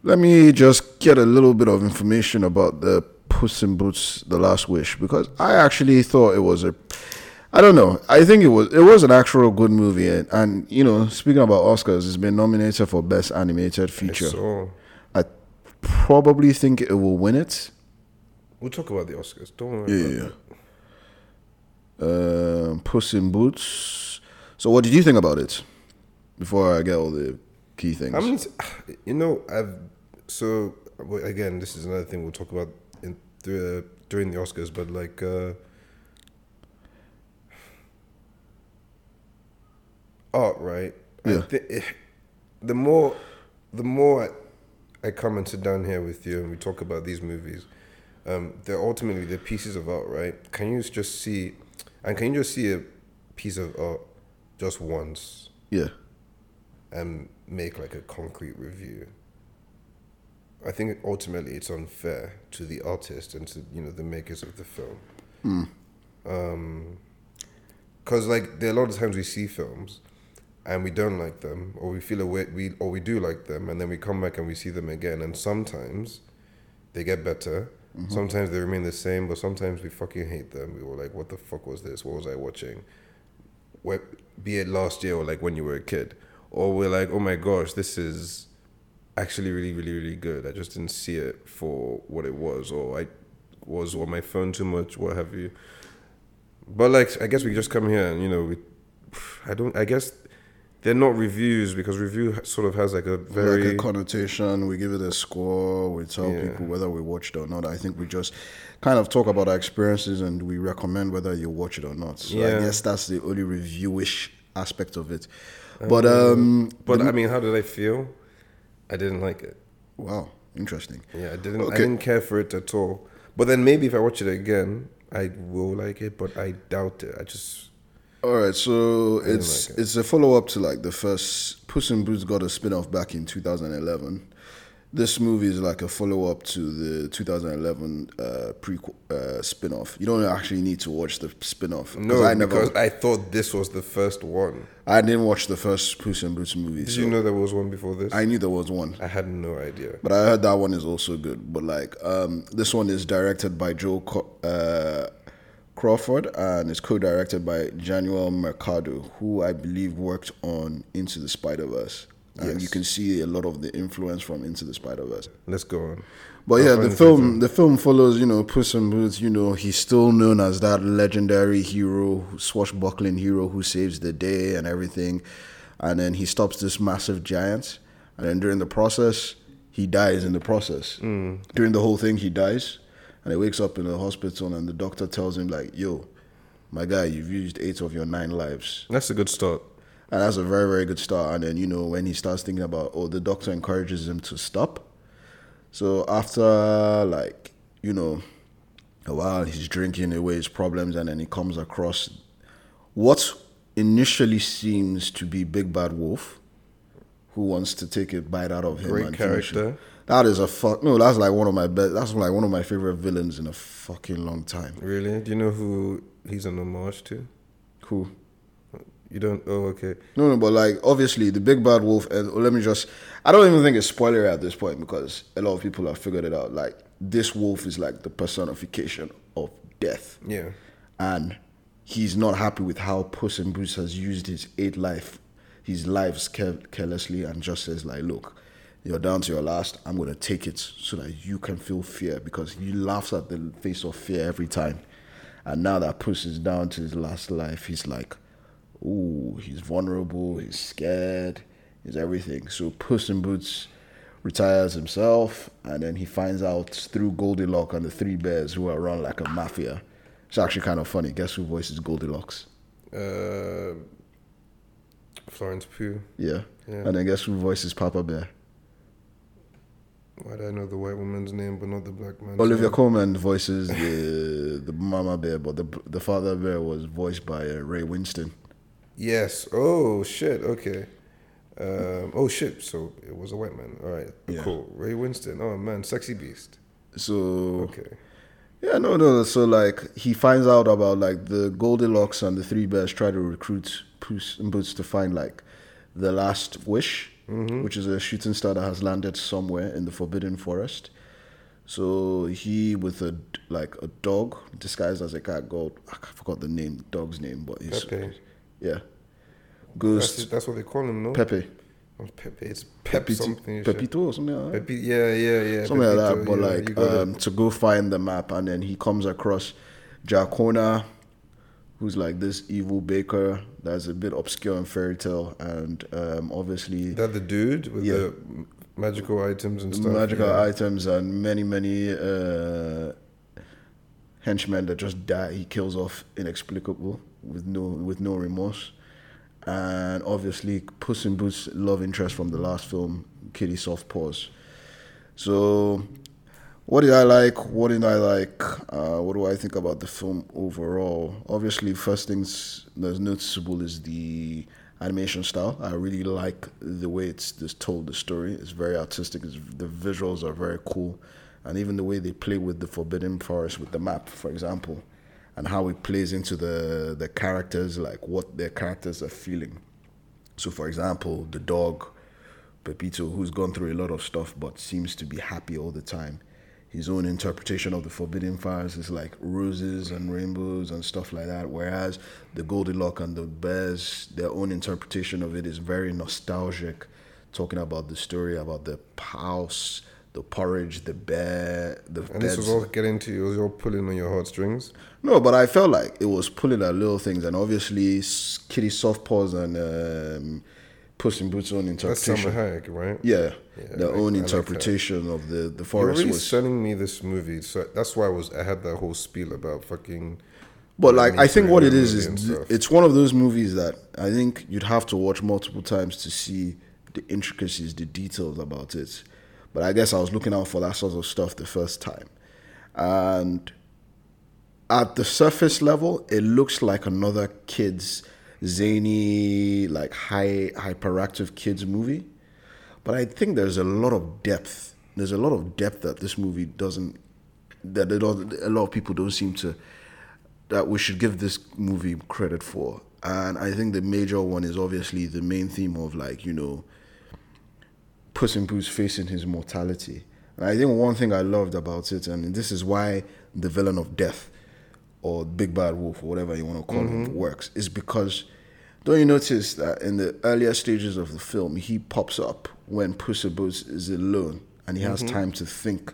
[SPEAKER 2] let me just get a little bit of information about the puss in boots the last wish because i actually thought it was a i don't know i think it was it was an actual good movie and, and you know speaking about oscars it's been nominated for best animated feature
[SPEAKER 1] So
[SPEAKER 2] i probably think it will win it
[SPEAKER 1] we'll talk about the Oscars. Don't worry.
[SPEAKER 2] yeah,
[SPEAKER 1] about
[SPEAKER 2] yeah, yeah. Um, Puss in Boots. So, what did you think about it? Before I get all the key things.
[SPEAKER 1] I mean, (sighs) you know, I've so well, again. This is another thing we'll talk about in through, during the Oscars, but like, uh, art, right?
[SPEAKER 2] Yeah.
[SPEAKER 1] I thi- eh, the more, the more I, I come and sit down here with you and we talk about these movies, um, they're ultimately they're pieces of art, right? Can you just see, and can you just see a piece of art just once
[SPEAKER 2] Yeah.
[SPEAKER 1] and make like a concrete review? I think ultimately it's unfair to the artist and to you know the makers of the film. because like there are a lot of times we see films and we don't like them or we feel a way we or we do like them and then we come back and we see them again and sometimes they get better
[SPEAKER 2] Mm-hmm.
[SPEAKER 1] sometimes they remain the same but sometimes we fucking hate them we were like what the fuck was this what was i watching Where, be it last year or like when you were a kid or we're like oh my gosh this is actually really really really good i just didn't see it for what it was or i was on my phone too much what have you but like, I guess we just come here and you know we, I don't. I guess they're not reviews because review sort of has like a very
[SPEAKER 2] like a connotation. We give it a score. We tell
[SPEAKER 1] Yeah.
[SPEAKER 2] people whether we watched it or not. I think we just kind of talk about our experiences and we recommend whether you watch it or not. So I
[SPEAKER 1] Yeah.
[SPEAKER 2] guess that's the only reviewish aspect of it. But um,
[SPEAKER 1] but I mean, how did I feel? I didn't like it.
[SPEAKER 2] wow, interesting.
[SPEAKER 1] Yeah, I didn't. I
[SPEAKER 2] Okay.
[SPEAKER 1] didn't care for it at all. But then maybe if I watch it again, I will like it. But I doubt it. I just
[SPEAKER 2] All right, so
[SPEAKER 1] didn't
[SPEAKER 2] it's
[SPEAKER 1] like
[SPEAKER 2] it's a follow up to like the first Puss in Boots got a spin off back in 2011. This movie is like a follow up to the 2011 uh, pre uh, spin off. You don't actually need to watch the spin off.
[SPEAKER 1] no because I thought this was the first one.
[SPEAKER 2] I didn't watch the first Puss in Boots movie,
[SPEAKER 1] Did
[SPEAKER 2] so
[SPEAKER 1] you know there was one before this? I,
[SPEAKER 2] I knew there was one.
[SPEAKER 1] had no idea.
[SPEAKER 2] But I heard that one is also good. But like, um, this one is directed by Joe Co- uh, Crawford and it's co-directed by Januel Mercado, who I believe worked on Into the Spider Verse. And you can see a lot of the influence from Into the Spider Verse.
[SPEAKER 1] Let's go on.
[SPEAKER 2] But yeah, the
[SPEAKER 1] friends
[SPEAKER 2] film the film follows, you know, Puss in Boots. You know, he's still known as that legendary hero, swashbuckling hero who saves the day and everything. And then he stops this massive giant, and then during the process, he dies in the process. During the whole thing, he dies, and he wakes up in the hospital, and the doctor tells him like, "Yo, my guy, you've used eight of your nine lives."
[SPEAKER 1] That's a good start.
[SPEAKER 2] And that's a very, very good start. And then, you know, when he starts thinking about, oh, the doctor encourages him to stop. So after, like, you know, a while, he's drinking away his problems and then he comes across what initially seems to be Big Bad Wolf, who wants to take a bite out of him.
[SPEAKER 1] Great
[SPEAKER 2] and finish him.
[SPEAKER 1] character.
[SPEAKER 2] That is a fuck. No, that's like one of my best. That's like one of my favorite villains in a fucking long time.
[SPEAKER 1] Really? Do you know who he's an homage to?
[SPEAKER 2] Cool.
[SPEAKER 1] You don't? Oh, okay.
[SPEAKER 2] No, no, but like obviously the big bad wolf. And oh, let me just—I don't even think it's spoiler at this point because a lot of people have figured it out. Like this wolf is like the personification of death,
[SPEAKER 1] Yeah.
[SPEAKER 2] and he's not happy with how Puss in Boots has used his eight life, his lives care- carelessly, and just says like, "Look, you're down to your last. I'm gonna take it so that you can feel fear because he laughs at the face of fear every time." And now that Puss is down to his last life, he's like, ooh, he's vulnerable, he's scared, he's everything. So Puss in Boots retires himself, and then he finds out through Goldilocks and the Three Bears, who are run like a mafia. It's actually kind of funny. Guess who voices Goldilocks?
[SPEAKER 1] Uh, Florence Pugh.
[SPEAKER 2] Yeah.
[SPEAKER 1] Yeah.
[SPEAKER 2] And then guess who voices Papa Bear?
[SPEAKER 1] Why do I know the white woman's name but not the black man?
[SPEAKER 2] Olivia Coleman voices the the Mama Bear, but the the Father Bear was voiced by uh, Ray Winston.
[SPEAKER 1] Yes. Oh shit. Okay. Um, oh shit. So it was a white man. All right.
[SPEAKER 2] Yeah.
[SPEAKER 1] Cool. Ray Winston. Oh man, sexy beast.
[SPEAKER 2] So
[SPEAKER 1] Okay.
[SPEAKER 2] Yeah, no, no. So like he finds out about like the Goldilocks and the Three Bears try to recruit Puss in Boots to find like the Last Wish,
[SPEAKER 1] Mm-hmm.
[SPEAKER 2] which is a shooting star that has landed somewhere in the Forbidden Forest. So he with a d- like a dog disguised as a cat. Gold, I forgot the name, dog's name, but he's
[SPEAKER 1] Pepe.
[SPEAKER 2] yeah,
[SPEAKER 1] That's,
[SPEAKER 2] goes
[SPEAKER 1] that's what they call him, no?
[SPEAKER 2] Pepe,
[SPEAKER 1] Not Pepe. It's Pep
[SPEAKER 2] Pepito-
[SPEAKER 1] something. Pepe.
[SPEAKER 2] Pepito or something. Like that.
[SPEAKER 1] Pepe. Yeah, yeah, yeah.
[SPEAKER 2] something like
[SPEAKER 1] Pepito,
[SPEAKER 2] that. But
[SPEAKER 1] yeah, you
[SPEAKER 2] like
[SPEAKER 1] got it.
[SPEAKER 2] um, to go find the map, and then he comes across Jacona, who's like this evil baker that's a bit obscure in fairy tale, and um, obviously
[SPEAKER 1] that the dude with the magical items and stuff.
[SPEAKER 2] magical
[SPEAKER 1] yeah.
[SPEAKER 2] items and many many uh, henchmen that just die. He kills off inexplicable with no with no remorse, and obviously Puss in Boots' love interest from the last film, Kitty Soft Paws. So, what did I like? What didn't I like? Uh, what do I think about the film overall? Obviously, first things that's noticeable is the animation style. I really like the way it's just told the story. It's very artistic. It's, the visuals are very cool, and even the way they play with the Forbidden Forest with the map, for example and how it plays into the the characters, like what their characters are feeling. So, for example, the dog Pepito, who's gone through a lot of stuff but seems to be happy all the time. His own interpretation of the forbidden fires is like roses and rainbows and stuff like that. Whereas the Goldilocks and the bears, their own interpretation of it is very nostalgic, talking about the story, about the house, the porridge, the bear, the
[SPEAKER 1] And this was
[SPEAKER 2] beds.
[SPEAKER 1] all getting to you, it was all pulling on your heartstrings.
[SPEAKER 2] No, but I felt like it was pulling at little things, and obviously s- Kitty Soft Paws and um, Puss in Boots' own
[SPEAKER 1] That's Summer
[SPEAKER 2] interpretation.
[SPEAKER 1] Hayek, right?
[SPEAKER 2] Yeah,
[SPEAKER 1] Yeah,
[SPEAKER 2] their
[SPEAKER 1] I-
[SPEAKER 2] own
[SPEAKER 1] I like
[SPEAKER 2] interpretation of the the
[SPEAKER 1] You were
[SPEAKER 2] forest
[SPEAKER 1] really
[SPEAKER 2] was.
[SPEAKER 1] selling me this movie, so that's why I was I had that whole spiel about fucking.
[SPEAKER 2] But like, I think what it is
[SPEAKER 1] and
[SPEAKER 2] is th-
[SPEAKER 1] stuff.
[SPEAKER 2] it's one of those movies that I think you'd have to watch multiple times to see the intricacies, the details about it. But I guess I was looking out for that sort of stuff the first time, and at the surface level, it looks like another kids zany, like high hyperactive kids movie. But I think there's a lot of depth. There's a lot of depth that this movie doesn't. That a lot, a lot of people don't seem to. That we should give this movie credit for. And I think the major one is obviously the main theme of like you know. Puss in Boots facing his mortality. And I think one thing I loved about it, and this is why the villain of death, or Big Bad Wolf, or whatever you want to call him, works, is because don't you notice that in the earlier stages of the film, he pops up when Puss in Boots is alone and he has time to think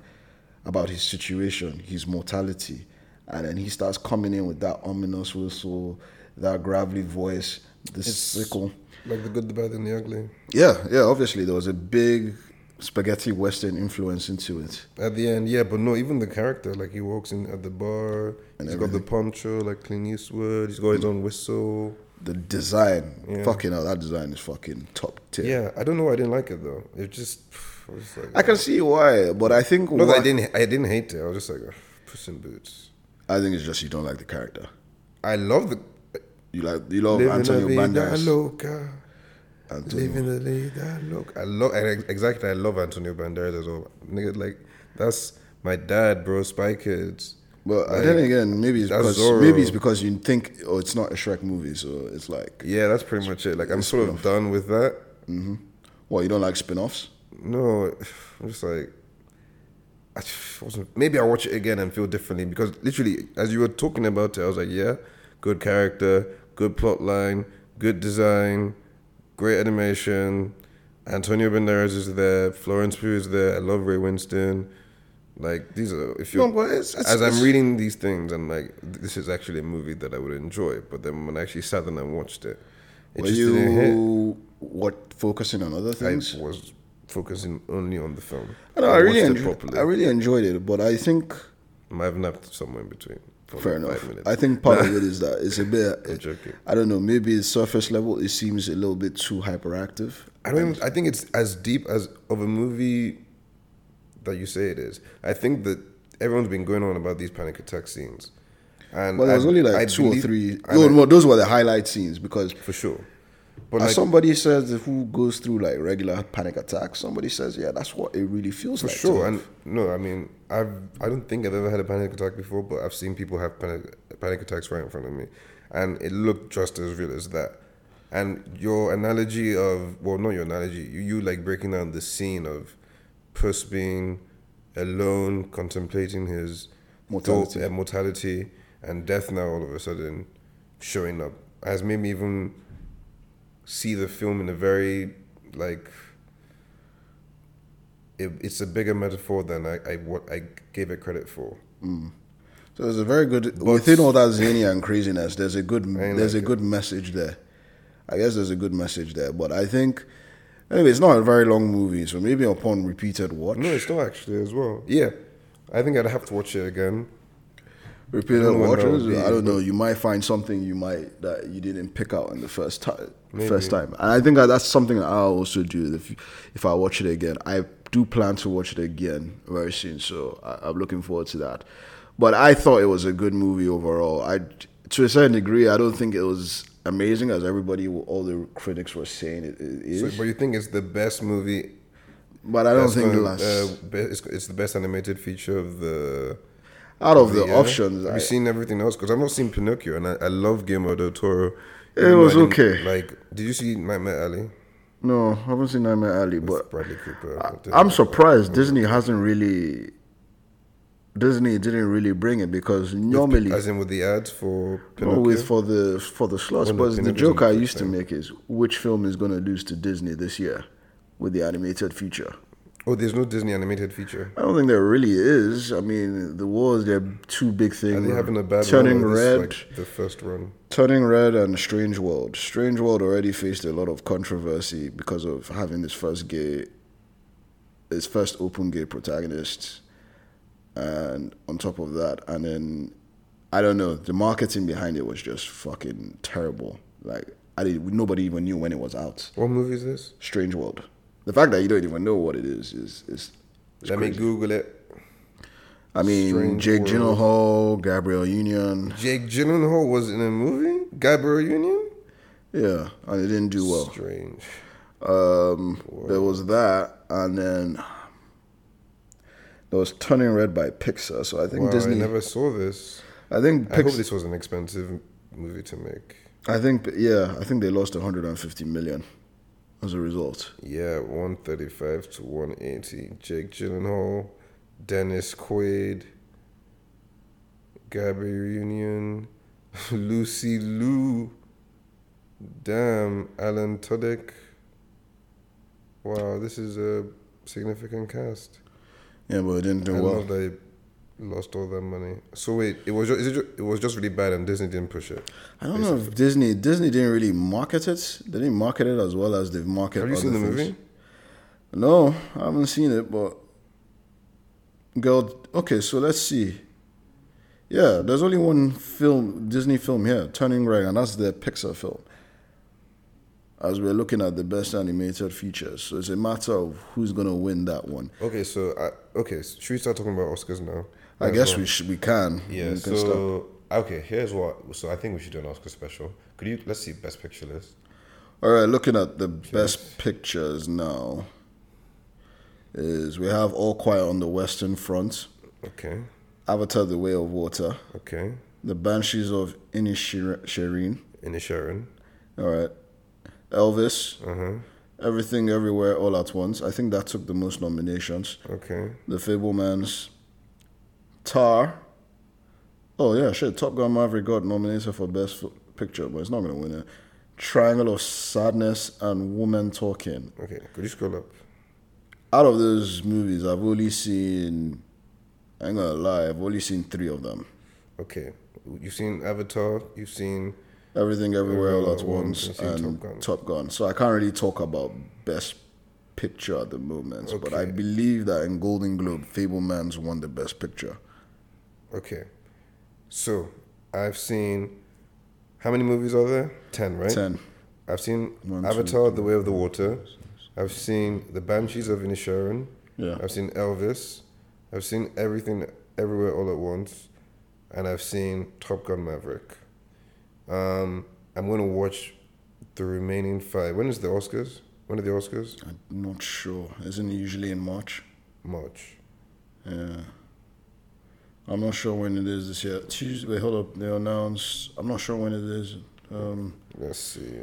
[SPEAKER 2] about his situation, his mortality. And then he starts coming in with that ominous whistle, that gravelly voice, the sickle.
[SPEAKER 1] Like the good, the bad, and the ugly.
[SPEAKER 2] Yeah, yeah, obviously there was a big spaghetti western influence into it.
[SPEAKER 1] At the end, yeah, but no, even the character, like he walks in at the bar, he's got the poncho, like Clint Eastwood, he's got his own whistle.
[SPEAKER 2] The design,
[SPEAKER 1] Yeah.
[SPEAKER 2] fucking hell, that design is fucking top tier.
[SPEAKER 1] Yeah, I don't know why I didn't like it though. It just, I was just like,
[SPEAKER 2] I can see why, but I think
[SPEAKER 1] no, that
[SPEAKER 2] why-
[SPEAKER 1] I didn't, I didn't hate it. I was just like, "Ugh, Puss in Boots.
[SPEAKER 2] I think it's just you don't like the character.
[SPEAKER 1] I love the
[SPEAKER 2] You like you love
[SPEAKER 1] Living
[SPEAKER 2] Oh, Antonio
[SPEAKER 1] la vida
[SPEAKER 2] Banderas.
[SPEAKER 1] loca.
[SPEAKER 2] Antonio-
[SPEAKER 1] Living la vida loca. I love, and ex- exactly, I love Antonio Banderas as well. Nigga, like that's my dad, bro. Spy Kids.
[SPEAKER 2] But
[SPEAKER 1] Like,
[SPEAKER 2] then again, maybe it's
[SPEAKER 1] that's
[SPEAKER 2] because
[SPEAKER 1] Zorro.
[SPEAKER 2] maybe it's because you think oh it's not a Shrek movie, so it's like
[SPEAKER 1] Yeah, that's pretty much it. Like I'm sort of done with that.
[SPEAKER 2] well you don't like spin-offs.
[SPEAKER 1] No, (sighs) I'm just like, I just wasn't, maybe I'll watch it again and feel differently because literally, as you were talking about it, I was like, yeah, good character, good plot line, good design, great animation. Antonio Banderas is there, Florence Pugh is there, I love Ray Winston. Like, these are, if you're,
[SPEAKER 2] No, but it's- it's-
[SPEAKER 1] as
[SPEAKER 2] it's-
[SPEAKER 1] I'm reading these things, I'm like, this is actually a movie that I would enjoy. But then when I actually sat down and watched it, it
[SPEAKER 2] Were
[SPEAKER 1] just didn't hit.
[SPEAKER 2] you what focusing on other
[SPEAKER 1] I
[SPEAKER 2] things?
[SPEAKER 1] was focusing only on the film.
[SPEAKER 2] No, I really,
[SPEAKER 1] watched it
[SPEAKER 2] enjoy, I really enjoyed it, but I think
[SPEAKER 1] I have napped somewhere in between. For
[SPEAKER 2] fair
[SPEAKER 1] like
[SPEAKER 2] enough.
[SPEAKER 1] Five minutes.
[SPEAKER 2] I think part of it is that it's a
[SPEAKER 1] (laughs)
[SPEAKER 2] bit.
[SPEAKER 1] joking.
[SPEAKER 2] I don't know. Maybe it's surface level. It seems a little bit too hyperactive.
[SPEAKER 1] I don't. Even, I think it's as deep as of a movie that you say it is. I think that everyone's been going on about these panic attack scenes, and
[SPEAKER 2] Well, there was
[SPEAKER 1] I-
[SPEAKER 2] only like
[SPEAKER 1] I
[SPEAKER 2] two
[SPEAKER 1] believe-
[SPEAKER 2] or three.
[SPEAKER 1] and
[SPEAKER 2] No,
[SPEAKER 1] I-
[SPEAKER 2] no, those were the highlight scenes because
[SPEAKER 1] for sure. But
[SPEAKER 2] as
[SPEAKER 1] like,
[SPEAKER 2] somebody says who goes through like regular panic attacks, somebody says, yeah, that's what it really feels
[SPEAKER 1] for
[SPEAKER 2] like. to
[SPEAKER 1] sure.
[SPEAKER 2] me.
[SPEAKER 1] And no, I mean, I've I don't think I've ever had a panic attack before, but I've seen people have panic panic attacks right in front of me, and it looked just as real as that. And your analogy of well, not your analogy, you, you like breaking down the scene of Puss being alone, contemplating his
[SPEAKER 2] Mortality.
[SPEAKER 1] thought- uh, mortality and death. Now all of a sudden showing up has made me even see the film in a very like it, it's a bigger metaphor than I, I what I gave it credit for.
[SPEAKER 2] so there's a very good within all that zany and craziness. There's a good
[SPEAKER 1] ain't
[SPEAKER 2] there's
[SPEAKER 1] like
[SPEAKER 2] a good message there. I guess there's a good message there, but I think anyway, it's not a very long movie, so maybe upon repeated watch.
[SPEAKER 1] No, it's not actually as well. Yeah, I think I'd have to watch it again.
[SPEAKER 2] repeated
[SPEAKER 1] don't know what that
[SPEAKER 2] watchers.
[SPEAKER 1] would be,
[SPEAKER 2] I don't know. You might find something you might that you didn't pick out in the first time.
[SPEAKER 1] Maybe.
[SPEAKER 2] First time, and I think that that's something I also do. If if I watch it again, I do plan to watch it again very soon. So I, I'm looking forward to that. But I thought it was a good movie overall. I to a certain degree, I don't think it was amazing as everybody, all the critics were saying it, it is.
[SPEAKER 1] So, but you think it's the best movie?
[SPEAKER 2] but I don't
[SPEAKER 1] that's
[SPEAKER 2] think it
[SPEAKER 1] gonna,
[SPEAKER 2] lasts.
[SPEAKER 1] uh, be, it's, it's the best animated feature of the
[SPEAKER 2] out of the
[SPEAKER 1] year.
[SPEAKER 2] options,
[SPEAKER 1] Have
[SPEAKER 2] I,
[SPEAKER 1] you seen everything else? Because I've not seen Pinocchio, and I, I love Guillermo del Toro.
[SPEAKER 2] It
[SPEAKER 1] even though I
[SPEAKER 2] was
[SPEAKER 1] didn't-
[SPEAKER 2] okay.
[SPEAKER 1] Like, did you see Nightmare Alley?
[SPEAKER 2] no, I haven't seen Nightmare Alley, but
[SPEAKER 1] Bradley Cooper.
[SPEAKER 2] I,
[SPEAKER 1] Didn't-
[SPEAKER 2] I'm surprised Disney hasn't really. Disney didn't really bring it because normally
[SPEAKER 1] as in with the ads for Pinocchio.
[SPEAKER 2] always for the for the slots,
[SPEAKER 1] Well, no,
[SPEAKER 2] but the
[SPEAKER 1] Pinocchio's
[SPEAKER 2] joke
[SPEAKER 1] on
[SPEAKER 2] I
[SPEAKER 1] Netflix
[SPEAKER 2] used to make is which film is going to lose to Disney this year with the animated feature.
[SPEAKER 1] oh, there's no Disney animated feature.
[SPEAKER 2] I don't think there really is. I mean, the wars they're two big
[SPEAKER 1] Are
[SPEAKER 2] things.
[SPEAKER 1] they having a bad
[SPEAKER 2] turning
[SPEAKER 1] run or this is,
[SPEAKER 2] red,
[SPEAKER 1] like, the first run.
[SPEAKER 2] Turning Red and Strange World. Strange World already faced a lot of controversy because of having its first gay, its first open gay protagonist, and on top of that, and then I don't know, the marketing behind it was just fucking terrible. Like I did, nobody even knew when it was out.
[SPEAKER 1] What movie is this?
[SPEAKER 2] Strange World. The fact that you don't even know what it is is is. is
[SPEAKER 1] Let me
[SPEAKER 2] crazy.
[SPEAKER 1] Google it.
[SPEAKER 2] I mean,
[SPEAKER 1] Strange
[SPEAKER 2] Jake
[SPEAKER 1] World.
[SPEAKER 2] Gyllenhaal, Gabrielle Union.
[SPEAKER 1] Jake Gyllenhaal was in a movie. Gabriel Union.
[SPEAKER 2] Yeah, and it didn't do well.
[SPEAKER 1] Strange.
[SPEAKER 2] Um, there was that, and then there was Turning Red by Pixar. So I think
[SPEAKER 1] Wow,
[SPEAKER 2] Disney.
[SPEAKER 1] I never saw this.
[SPEAKER 2] I think
[SPEAKER 1] I hope
[SPEAKER 2] Pixar.
[SPEAKER 1] this was an expensive movie to make.
[SPEAKER 2] I, think yeah. I think they lost 150 million as a result.
[SPEAKER 1] Yeah, 135 to 180. Jake Gyllenhaal, Dennis Quaid, Gabriel Union, (laughs) Lucy Liu, damn, Alan Tudyk. Wow, this is a significant cast.
[SPEAKER 2] Yeah, but it didn't do
[SPEAKER 1] I
[SPEAKER 2] well.
[SPEAKER 1] love that it lost all that money. So wait, it was just, is it, ju- it was just really bad and Disney didn't push it.
[SPEAKER 2] I don't know if Disney Disney didn't really market it. They didn't market it as well as they've marketed.
[SPEAKER 1] Have you seen the
[SPEAKER 2] other things.
[SPEAKER 1] movie?
[SPEAKER 2] No, I haven't seen it, but girl, okay, so let's see. Yeah, there's only one film, Disney film here, Turning Red, and that's the Pixar film. As we're looking at the best animated features, so it's a matter of who's gonna win that one.
[SPEAKER 1] Okay, so I, okay, should we start talking about Oscars now?
[SPEAKER 2] I guess we should, we can.
[SPEAKER 1] Yeah.
[SPEAKER 2] we can start.
[SPEAKER 1] so okay, here's what. So I think we should do an Oscar special. Could you let's see best picture list.
[SPEAKER 2] All right, looking at the best pictures now. Is we have All Quiet on the Western Front,
[SPEAKER 1] Okay.
[SPEAKER 2] Avatar: The Way of Water,
[SPEAKER 1] Okay.
[SPEAKER 2] The Banshees of Inisherin.
[SPEAKER 1] In the Sharon.
[SPEAKER 2] All right. Elvis,
[SPEAKER 1] Uh huh.
[SPEAKER 2] Everything Everywhere All at Once. I think that took the most nominations.
[SPEAKER 1] Okay.
[SPEAKER 2] The Fablemans, Tar. Oh, yeah, shit. Top Gun Maverick got nominated for Best Fil- Picture, but it's not going to win it. Triangle of Sadness and Woman Talking.
[SPEAKER 1] Okay. Could you scroll up?
[SPEAKER 2] Out of those movies, I've only seen, I ain't going to lie, I've only seen three of them.
[SPEAKER 1] Okay. You've seen Avatar. You've seen.
[SPEAKER 2] Everything Everywhere All
[SPEAKER 1] All
[SPEAKER 2] at
[SPEAKER 1] at
[SPEAKER 2] Once
[SPEAKER 1] Once and Top
[SPEAKER 2] and
[SPEAKER 1] Gun.
[SPEAKER 2] Top Gun. So I can't really talk about best picture at the moment, but I
[SPEAKER 1] Okay.
[SPEAKER 2] believe that in Golden Globe, Fableman's won the best picture.
[SPEAKER 1] Okay. So I've seen. How many movies are there? Ten, right?
[SPEAKER 2] Ten.
[SPEAKER 1] I've seen
[SPEAKER 2] One, two,
[SPEAKER 1] Avatar: The Way of the Water. I've seen The Banshees of Inisherin.
[SPEAKER 2] Yeah.
[SPEAKER 1] I've seen Elvis. I've seen everything, everywhere, all at once, and I've seen Top Gun Maverick. Um, I'm gonna watch the remaining five. When is the Oscars? When are the Oscars?
[SPEAKER 2] I'm not sure. Isn't it usually in March?
[SPEAKER 1] March.
[SPEAKER 2] Yeah. I'm not sure when it is this year. Tuesday. Wait, hold up. They announced. I'm not sure when it is. Um,
[SPEAKER 1] Let's see.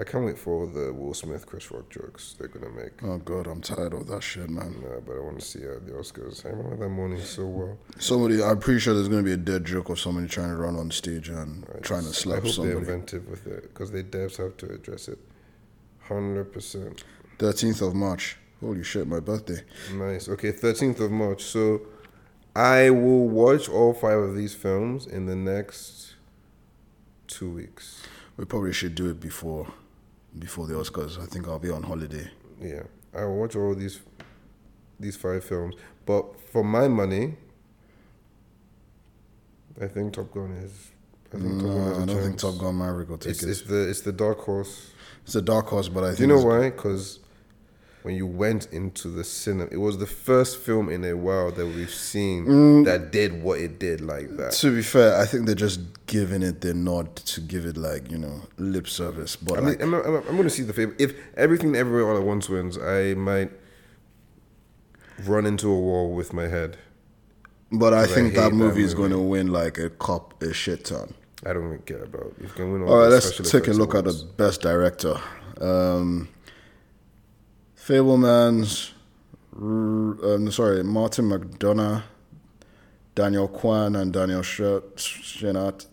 [SPEAKER 1] I can't wait for all the Will Smith, Chris Rock jokes they're gonna make.
[SPEAKER 2] oh God, I'm tired of that shit, man.
[SPEAKER 1] No, but I want to see her at the Oscars. I remember that morning so well.
[SPEAKER 2] Somebody, I'm pretty sure there's gonna be a dead joke of somebody trying to run on stage and trying to
[SPEAKER 1] I
[SPEAKER 2] slap
[SPEAKER 1] hope they're
[SPEAKER 2] somebody.
[SPEAKER 1] inventive with it because they devs have to address it. Hundred percent.
[SPEAKER 2] Thirteenth of March. Holy shit, my birthday.
[SPEAKER 1] Nice. Okay, thirteenth of March. So I will watch all five of these films in the next two weeks.
[SPEAKER 2] We probably should do it before before the Oscars. I think I'll be on holiday.
[SPEAKER 1] Yeah, I will watch all these these five films. But for my money, I think Top Gun is. I think Top Gun
[SPEAKER 2] No,
[SPEAKER 1] has a
[SPEAKER 2] Mm, I don't think
[SPEAKER 1] chance.
[SPEAKER 2] Top Gun Maverick will take
[SPEAKER 1] It's,
[SPEAKER 2] it.
[SPEAKER 1] it's the it's the dark horse.
[SPEAKER 2] It's a dark horse, but I think
[SPEAKER 1] Do you know
[SPEAKER 2] it's-
[SPEAKER 1] why? Because when you went into the cinema, it was the first film in a while that we've seen
[SPEAKER 2] Mm.
[SPEAKER 1] that did what it did like that.
[SPEAKER 2] To be fair, I think they're just giving it their nod to give it like you know lip service. But
[SPEAKER 1] I mean,
[SPEAKER 2] like,
[SPEAKER 1] I'm, I'm, I'm going to see the favorite. If everything everywhere all at once wins, I might run into a wall with my head.
[SPEAKER 2] but I
[SPEAKER 1] I
[SPEAKER 2] think
[SPEAKER 1] hate
[SPEAKER 2] that
[SPEAKER 1] that
[SPEAKER 2] movie is going to win like a cop a shit ton.
[SPEAKER 1] I don't really care about. You can win all,
[SPEAKER 2] All right,
[SPEAKER 1] the
[SPEAKER 2] let's
[SPEAKER 1] special
[SPEAKER 2] take a
[SPEAKER 1] effects
[SPEAKER 2] look at
[SPEAKER 1] awards.
[SPEAKER 2] the best director. Um, Fableman's, R- um, sorry, Martin McDonough, Daniel Kwan, and Daniel Shenat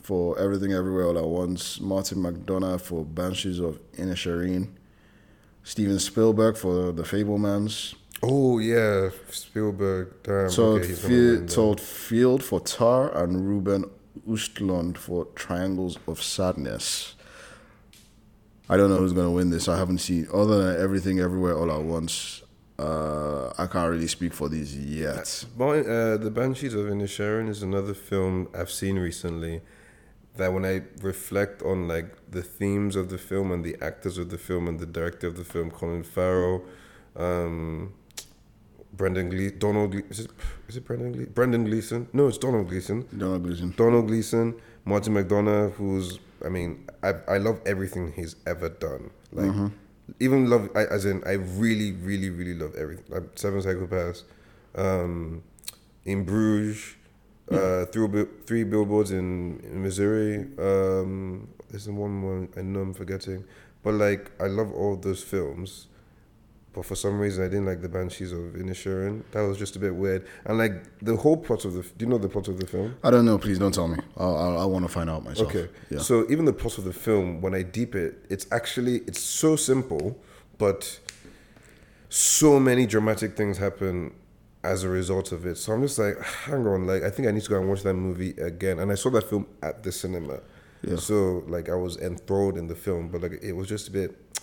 [SPEAKER 2] for Everything Everywhere All at Once. Martin McDonough for Banshees of Inisherin. Steven Spielberg for The Fablemans.
[SPEAKER 1] Oh yeah, Spielberg. Damn.
[SPEAKER 2] Todd,
[SPEAKER 1] okay, he's gonna
[SPEAKER 2] Fi-
[SPEAKER 1] win then.
[SPEAKER 2] Todd Field for Tar and Ruben Östlund for Triangles of Sadness. I don't know who's going to win this. I haven't seen other than everything everywhere all at once. Uh, I can't really speak for these yet.
[SPEAKER 1] My, uh, the Banshees of Inisherin is another film I've seen recently that when I reflect on like the themes of the film and the actors of the film and the director of the film, Colin Farrell, um, Brendan Gleeson, Donald Gle- is it, is it Brendan Gleeson? Brendan Gleeson? No, it's Donald Gleeson.
[SPEAKER 2] Donald Gleason.
[SPEAKER 1] Donald Gleason, Martin McDonough, who's I mean, I I love everything he's ever done. Like even love I, as in I really, really, really love everything. Like Seven Psychopaths, um, in Bruges, uh, three, Bill- three billboards in, in Missouri. Um, there's the one more I know I'm forgetting, but like I love all those films. But for some reason, I didn't like the Banshees of Inisherin. That was just a bit weird. And like the whole plot of the, do you know the plot of the film?
[SPEAKER 2] I don't know. Please don't tell me. I I, I want to find out myself.
[SPEAKER 1] Okay.
[SPEAKER 2] Yeah.
[SPEAKER 1] So even the plot of the film, when I deep it, it's actually it's so simple, but so many dramatic things happen as a result of it. So I'm just like, (sighs) hang on, like I think I need to go and watch that movie again. And I saw that film at the cinema.
[SPEAKER 2] Yeah.
[SPEAKER 1] So like I was enthralled in the film, but like it was just a bit (sighs)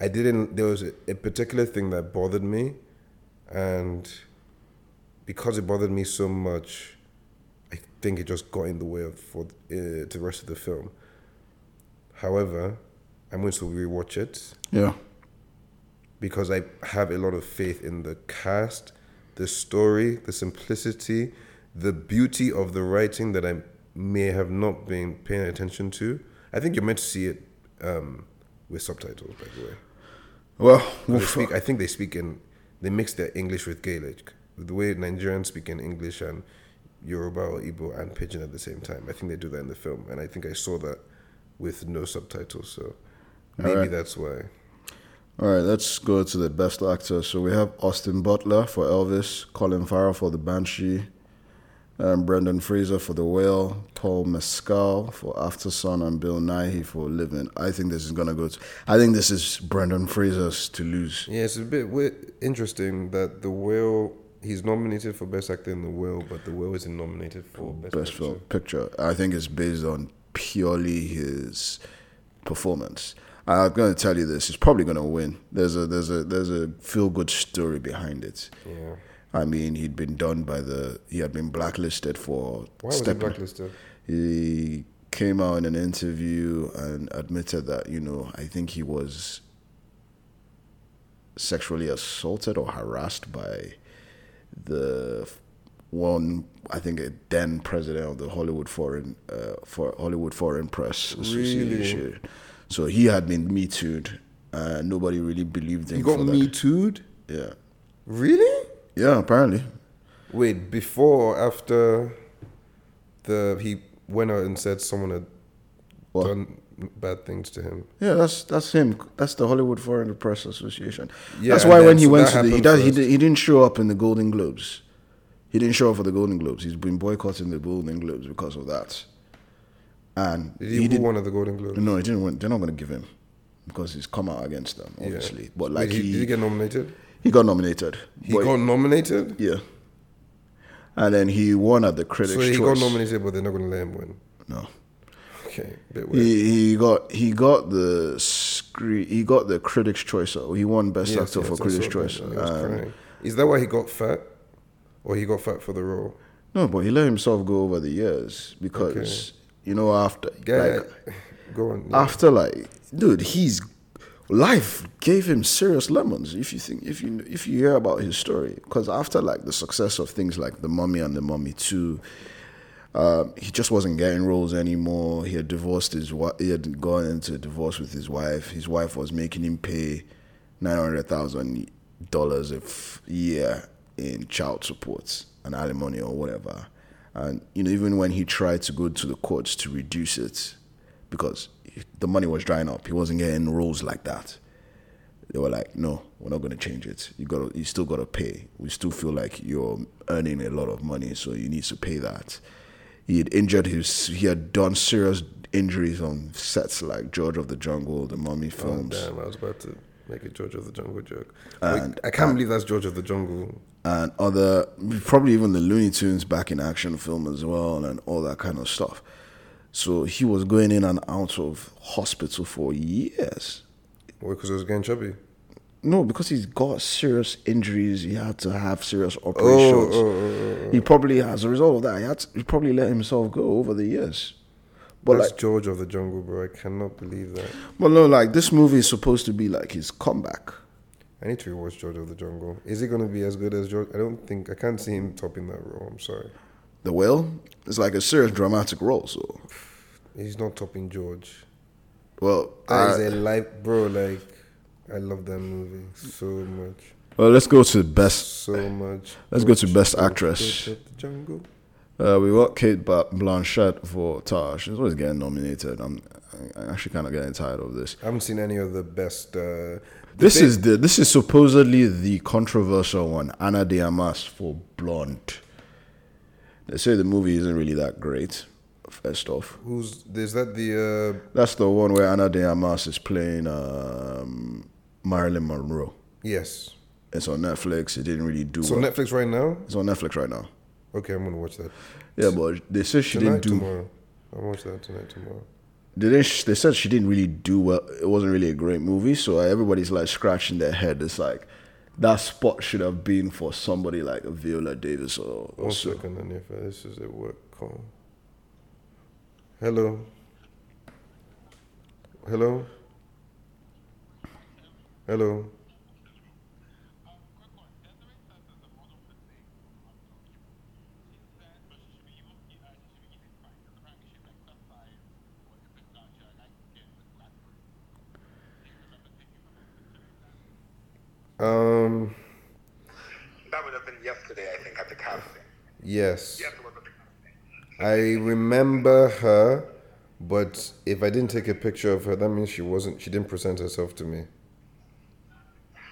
[SPEAKER 1] I didn't there was a, a particular thing that bothered me and because it bothered me so much, I think it just got in the way of for uh, the rest of the film. However, I'm going to rewatch it
[SPEAKER 2] yeah.
[SPEAKER 1] because I have a lot of faith in the cast, the story, the simplicity, the beauty of the writing that I may have not been paying attention to. I think you're meant to see it um, with subtitles, by the way.
[SPEAKER 2] Well,
[SPEAKER 1] They
[SPEAKER 2] we'll
[SPEAKER 1] speak, I think they speak in, they mix their English with Gaelic. The way Nigerians speak in English and Yoruba or Igbo and Pidgin at the same time. I think they do that in the film. And I think I saw that with no subtitles. So maybe
[SPEAKER 2] Alright.
[SPEAKER 1] that's why.
[SPEAKER 2] All right, let's go to the best actor. So we have Austin Butler for Elvis, Colin Farrell for The Banshee, um, Brendan Fraser for The Whale, Paul Mescal for After Sun, and Bill Nighy for Living. I think this is gonna go to. I think this is Brendan Fraser's to lose.
[SPEAKER 1] Yeah, it's a bit weird, interesting that The Whale, he's nominated for Best Actor in The Whale, but The Whale isn't nominated for Best,
[SPEAKER 2] Best
[SPEAKER 1] Picture.
[SPEAKER 2] film picture. I think it's based on purely his performance. I'm gonna tell you this. He's probably gonna win. There's a there's a there's a feel good story behind it.
[SPEAKER 1] Yeah.
[SPEAKER 2] I mean, he'd been done by the. He had been blacklisted for
[SPEAKER 1] Why was he
[SPEAKER 2] stepping.
[SPEAKER 1] blacklisted?
[SPEAKER 2] he came out in an interview and admitted that you know I think he was sexually assaulted or harassed by the f- one I think a then president of the Hollywood Foreign uh, for Hollywood Foreign Press Association. So he had been me too'd. Uh, nobody really believed him.
[SPEAKER 1] He got
[SPEAKER 2] for
[SPEAKER 1] Me
[SPEAKER 2] that.
[SPEAKER 1] Too'd?
[SPEAKER 2] Yeah,
[SPEAKER 1] Really?
[SPEAKER 2] yeah. Apparently,
[SPEAKER 1] Wait, before or after the he went out and said someone had
[SPEAKER 2] What?
[SPEAKER 1] done bad things to him?
[SPEAKER 2] Yeah, that's that's him. That's the Hollywood Foreign Press Association.
[SPEAKER 1] Yeah,
[SPEAKER 2] that's
[SPEAKER 1] and
[SPEAKER 2] why
[SPEAKER 1] then-
[SPEAKER 2] when he
[SPEAKER 1] so that
[SPEAKER 2] went to the he,
[SPEAKER 1] happened
[SPEAKER 2] does, he,
[SPEAKER 1] first.
[SPEAKER 2] di- he didn't show up in the Golden Globes. He didn't show up for the Golden Globes. He's been boycotting the Golden Globes because of that. And
[SPEAKER 1] Did he,
[SPEAKER 2] he
[SPEAKER 1] who
[SPEAKER 2] did
[SPEAKER 1] won at the Golden Globe?
[SPEAKER 2] no, he didn't. Win. They're not going to give him because he's come out against them, obviously. But like
[SPEAKER 1] Wait, he,
[SPEAKER 2] he,
[SPEAKER 1] did he
[SPEAKER 2] he,
[SPEAKER 1] get nominated?
[SPEAKER 2] got nominated.
[SPEAKER 1] He
[SPEAKER 2] But-
[SPEAKER 1] got nominated.
[SPEAKER 2] yeah. And then he won at the Critics'
[SPEAKER 1] So he got
[SPEAKER 2] Choice.
[SPEAKER 1] nominated, but they're not going to let him win.
[SPEAKER 2] no.
[SPEAKER 1] Okay, bit weird.
[SPEAKER 2] He, he got he got the scre- he got the Critics' Choice. Award. He won Best
[SPEAKER 1] Yes,
[SPEAKER 2] Actor
[SPEAKER 1] yes,
[SPEAKER 2] for Um,
[SPEAKER 1] I
[SPEAKER 2] Critics'
[SPEAKER 1] saw that.
[SPEAKER 2] Choice.
[SPEAKER 1] He was
[SPEAKER 2] Um,
[SPEAKER 1] crying. Is that why he got fat, or he got fat for the role?
[SPEAKER 2] No, but he let himself go over the years because you know after
[SPEAKER 1] Guy,
[SPEAKER 2] like
[SPEAKER 1] (laughs) go on. yeah.
[SPEAKER 2] after like dude he's life gave him serious lemons if you think if you if you hear about his story because after like the success of things like the mummy and the mummy 2 um, he just wasn't getting roles anymore he had divorced his wife he had gone into a divorce with his wife his wife was making him pay $900000 a f- year in child support and alimony or whatever and you know even when he tried to go to the courts to reduce it because the money was drying up. He wasn't getting roles like that. They were like, no, we're not going to change it. You got, to you still got to pay. We still feel like you're earning a lot of money, so you need to pay that. He had injured his, he had done serious injuries on sets like George of the Jungle, the Mummy films.
[SPEAKER 1] Oh, Damn, I was about to make a George of the Jungle joke. Like, I can't
[SPEAKER 2] uh,
[SPEAKER 1] believe that's George of the Jungle.
[SPEAKER 2] and other probably even the Looney Tunes back in action film as well and all that kind of stuff. So he was going in and out of hospital for years.
[SPEAKER 1] Because I was getting chubby.
[SPEAKER 2] No, because he's got serious injuries, he had to have serious
[SPEAKER 1] Oh,
[SPEAKER 2] operations.
[SPEAKER 1] oh, oh, oh.
[SPEAKER 2] He probably, as a result of that, he, had to, he probably let himself go over the years. But
[SPEAKER 1] That's
[SPEAKER 2] like,
[SPEAKER 1] George of the Jungle, bro. I cannot believe that.
[SPEAKER 2] but no, like this movie is supposed to be like his comeback.
[SPEAKER 1] I need to rewatch George of the Jungle. Is it gonna be as good as George? I don't think I can't see him topping that role. I'm sorry,
[SPEAKER 2] The whale is like a serious dramatic role. So,
[SPEAKER 1] he's not topping George.
[SPEAKER 2] well,
[SPEAKER 1] That
[SPEAKER 2] I-
[SPEAKER 1] is a life, bro. Like I love that movie so much,
[SPEAKER 2] well, let's go to the best
[SPEAKER 1] so much.
[SPEAKER 2] Let's go to
[SPEAKER 1] George
[SPEAKER 2] Best
[SPEAKER 1] of-
[SPEAKER 2] Actress.
[SPEAKER 1] George of the Jungle.
[SPEAKER 2] Uh, we got Kate Ba- Blanchett for Tar. She's always getting nominated. I'm, I'm actually kind of getting tired of this.
[SPEAKER 1] I haven't seen any of the best. Uh,
[SPEAKER 2] This is the this is supposedly the controversial one. Ana de Armas for Blonde. They say the movie isn't really that great. First off,
[SPEAKER 1] who's is that the uh,
[SPEAKER 2] that's the one where Ana de Armas is playing um, Marilyn Monroe.
[SPEAKER 1] yes?
[SPEAKER 2] It's on Netflix. It didn't really do.
[SPEAKER 1] So
[SPEAKER 2] well.
[SPEAKER 1] Netflix right now.
[SPEAKER 2] it's on Netflix right now.
[SPEAKER 1] Okay, I'm gonna watch that
[SPEAKER 2] Yeah, but they say she
[SPEAKER 1] tonight.
[SPEAKER 2] didn't do.
[SPEAKER 1] Tomorrow, I'll watch that tonight. Tomorrow.
[SPEAKER 2] they didn't, sh- they said she didn't really do well. It wasn't really a great movie, so uh, everybody's like scratching their head. It's like that spot should have been for somebody like Viola Davis or, or
[SPEAKER 1] One
[SPEAKER 2] so.
[SPEAKER 1] second, Anifa. This is a work call. Hello. Hello. Hello. Um.
[SPEAKER 3] That would have been yesterday, I think, at the casting.
[SPEAKER 1] Yes.
[SPEAKER 3] Yes, it was at the casting.
[SPEAKER 1] I remember her, but if I didn't take a picture of her, that means she wasn't. She didn't present herself to me.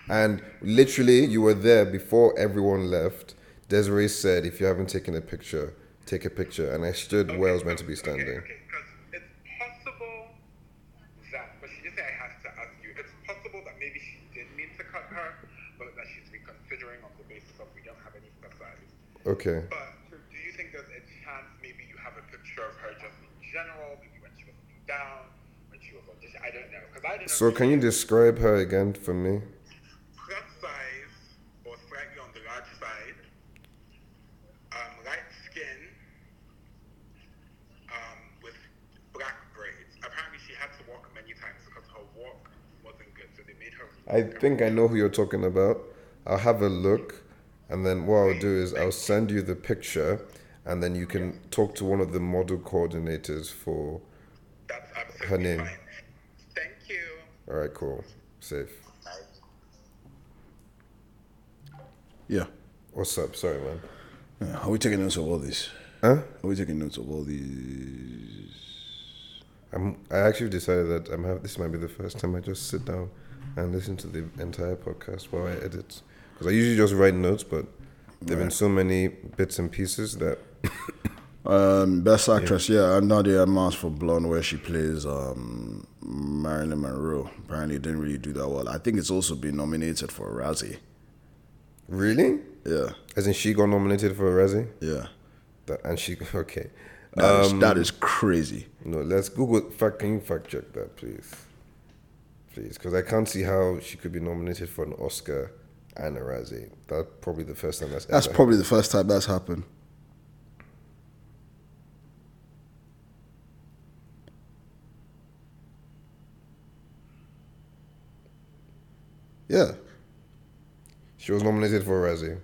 [SPEAKER 1] And literally, you were there before everyone left. Desiree said, "If you haven't taken a picture, take a picture." And I stood where I was meant to be
[SPEAKER 3] Okay,
[SPEAKER 1] standing.
[SPEAKER 3] okay, because it's possible that, but she did say I have to ask you, it's possible that maybe she did mean to cut her, but that she's reconsidering on the basis of we don't have any specifics.
[SPEAKER 1] Okay.
[SPEAKER 3] But do you think there's a chance maybe you have a picture of her just in general, maybe when she was looking down, when she was auditioning? I don't know, because I didn't
[SPEAKER 1] So
[SPEAKER 3] know if
[SPEAKER 1] can you describe her again for me?
[SPEAKER 3] she was plus size or slightly on the large side, um, light skin, um, with black braids. Apparently, she had to walk many times because her walk wasn't good, so they made her.
[SPEAKER 1] I think I know who you're talking about. I'll have a look, and then what I'll do is I'll send you the picture, and then you can talk to one of the model coordinators for.
[SPEAKER 3] That's absolutely
[SPEAKER 1] name.
[SPEAKER 3] fine. Thank you.
[SPEAKER 1] All right, cool, safe.
[SPEAKER 2] Yeah.
[SPEAKER 1] What's up? Sorry, man.
[SPEAKER 2] Yeah. Are we taking notes of all this?
[SPEAKER 1] Huh?
[SPEAKER 2] Are we taking notes of all these?
[SPEAKER 1] I'm. I actually decided that I'm. Have, this might be the first time I just sit down and listen to the entire podcast while I edit, because I usually just write notes, but there've been so many bits and pieces that.
[SPEAKER 2] Um, best actress, yeah, I'm Nadia Mass for Blonde, where she plays um, Marilyn Monroe. Apparently, it didn't really do that well. I think it's also been nominated for a Razzie.
[SPEAKER 1] Really?
[SPEAKER 2] Yeah,
[SPEAKER 1] Hasn't she got nominated for a Razzie?
[SPEAKER 2] yeah.
[SPEAKER 1] That, and she (laughs) okay.
[SPEAKER 2] That is- that is crazy.
[SPEAKER 1] No, let's Google fact. Can you fact check that, please? Please, because I can't see how she could be nominated for an Oscar and a Razzie. That's probably the first time that's,
[SPEAKER 2] That's
[SPEAKER 1] ever.
[SPEAKER 2] probably the first time that's happened. Yeah.
[SPEAKER 1] She was nominated for a Razzie.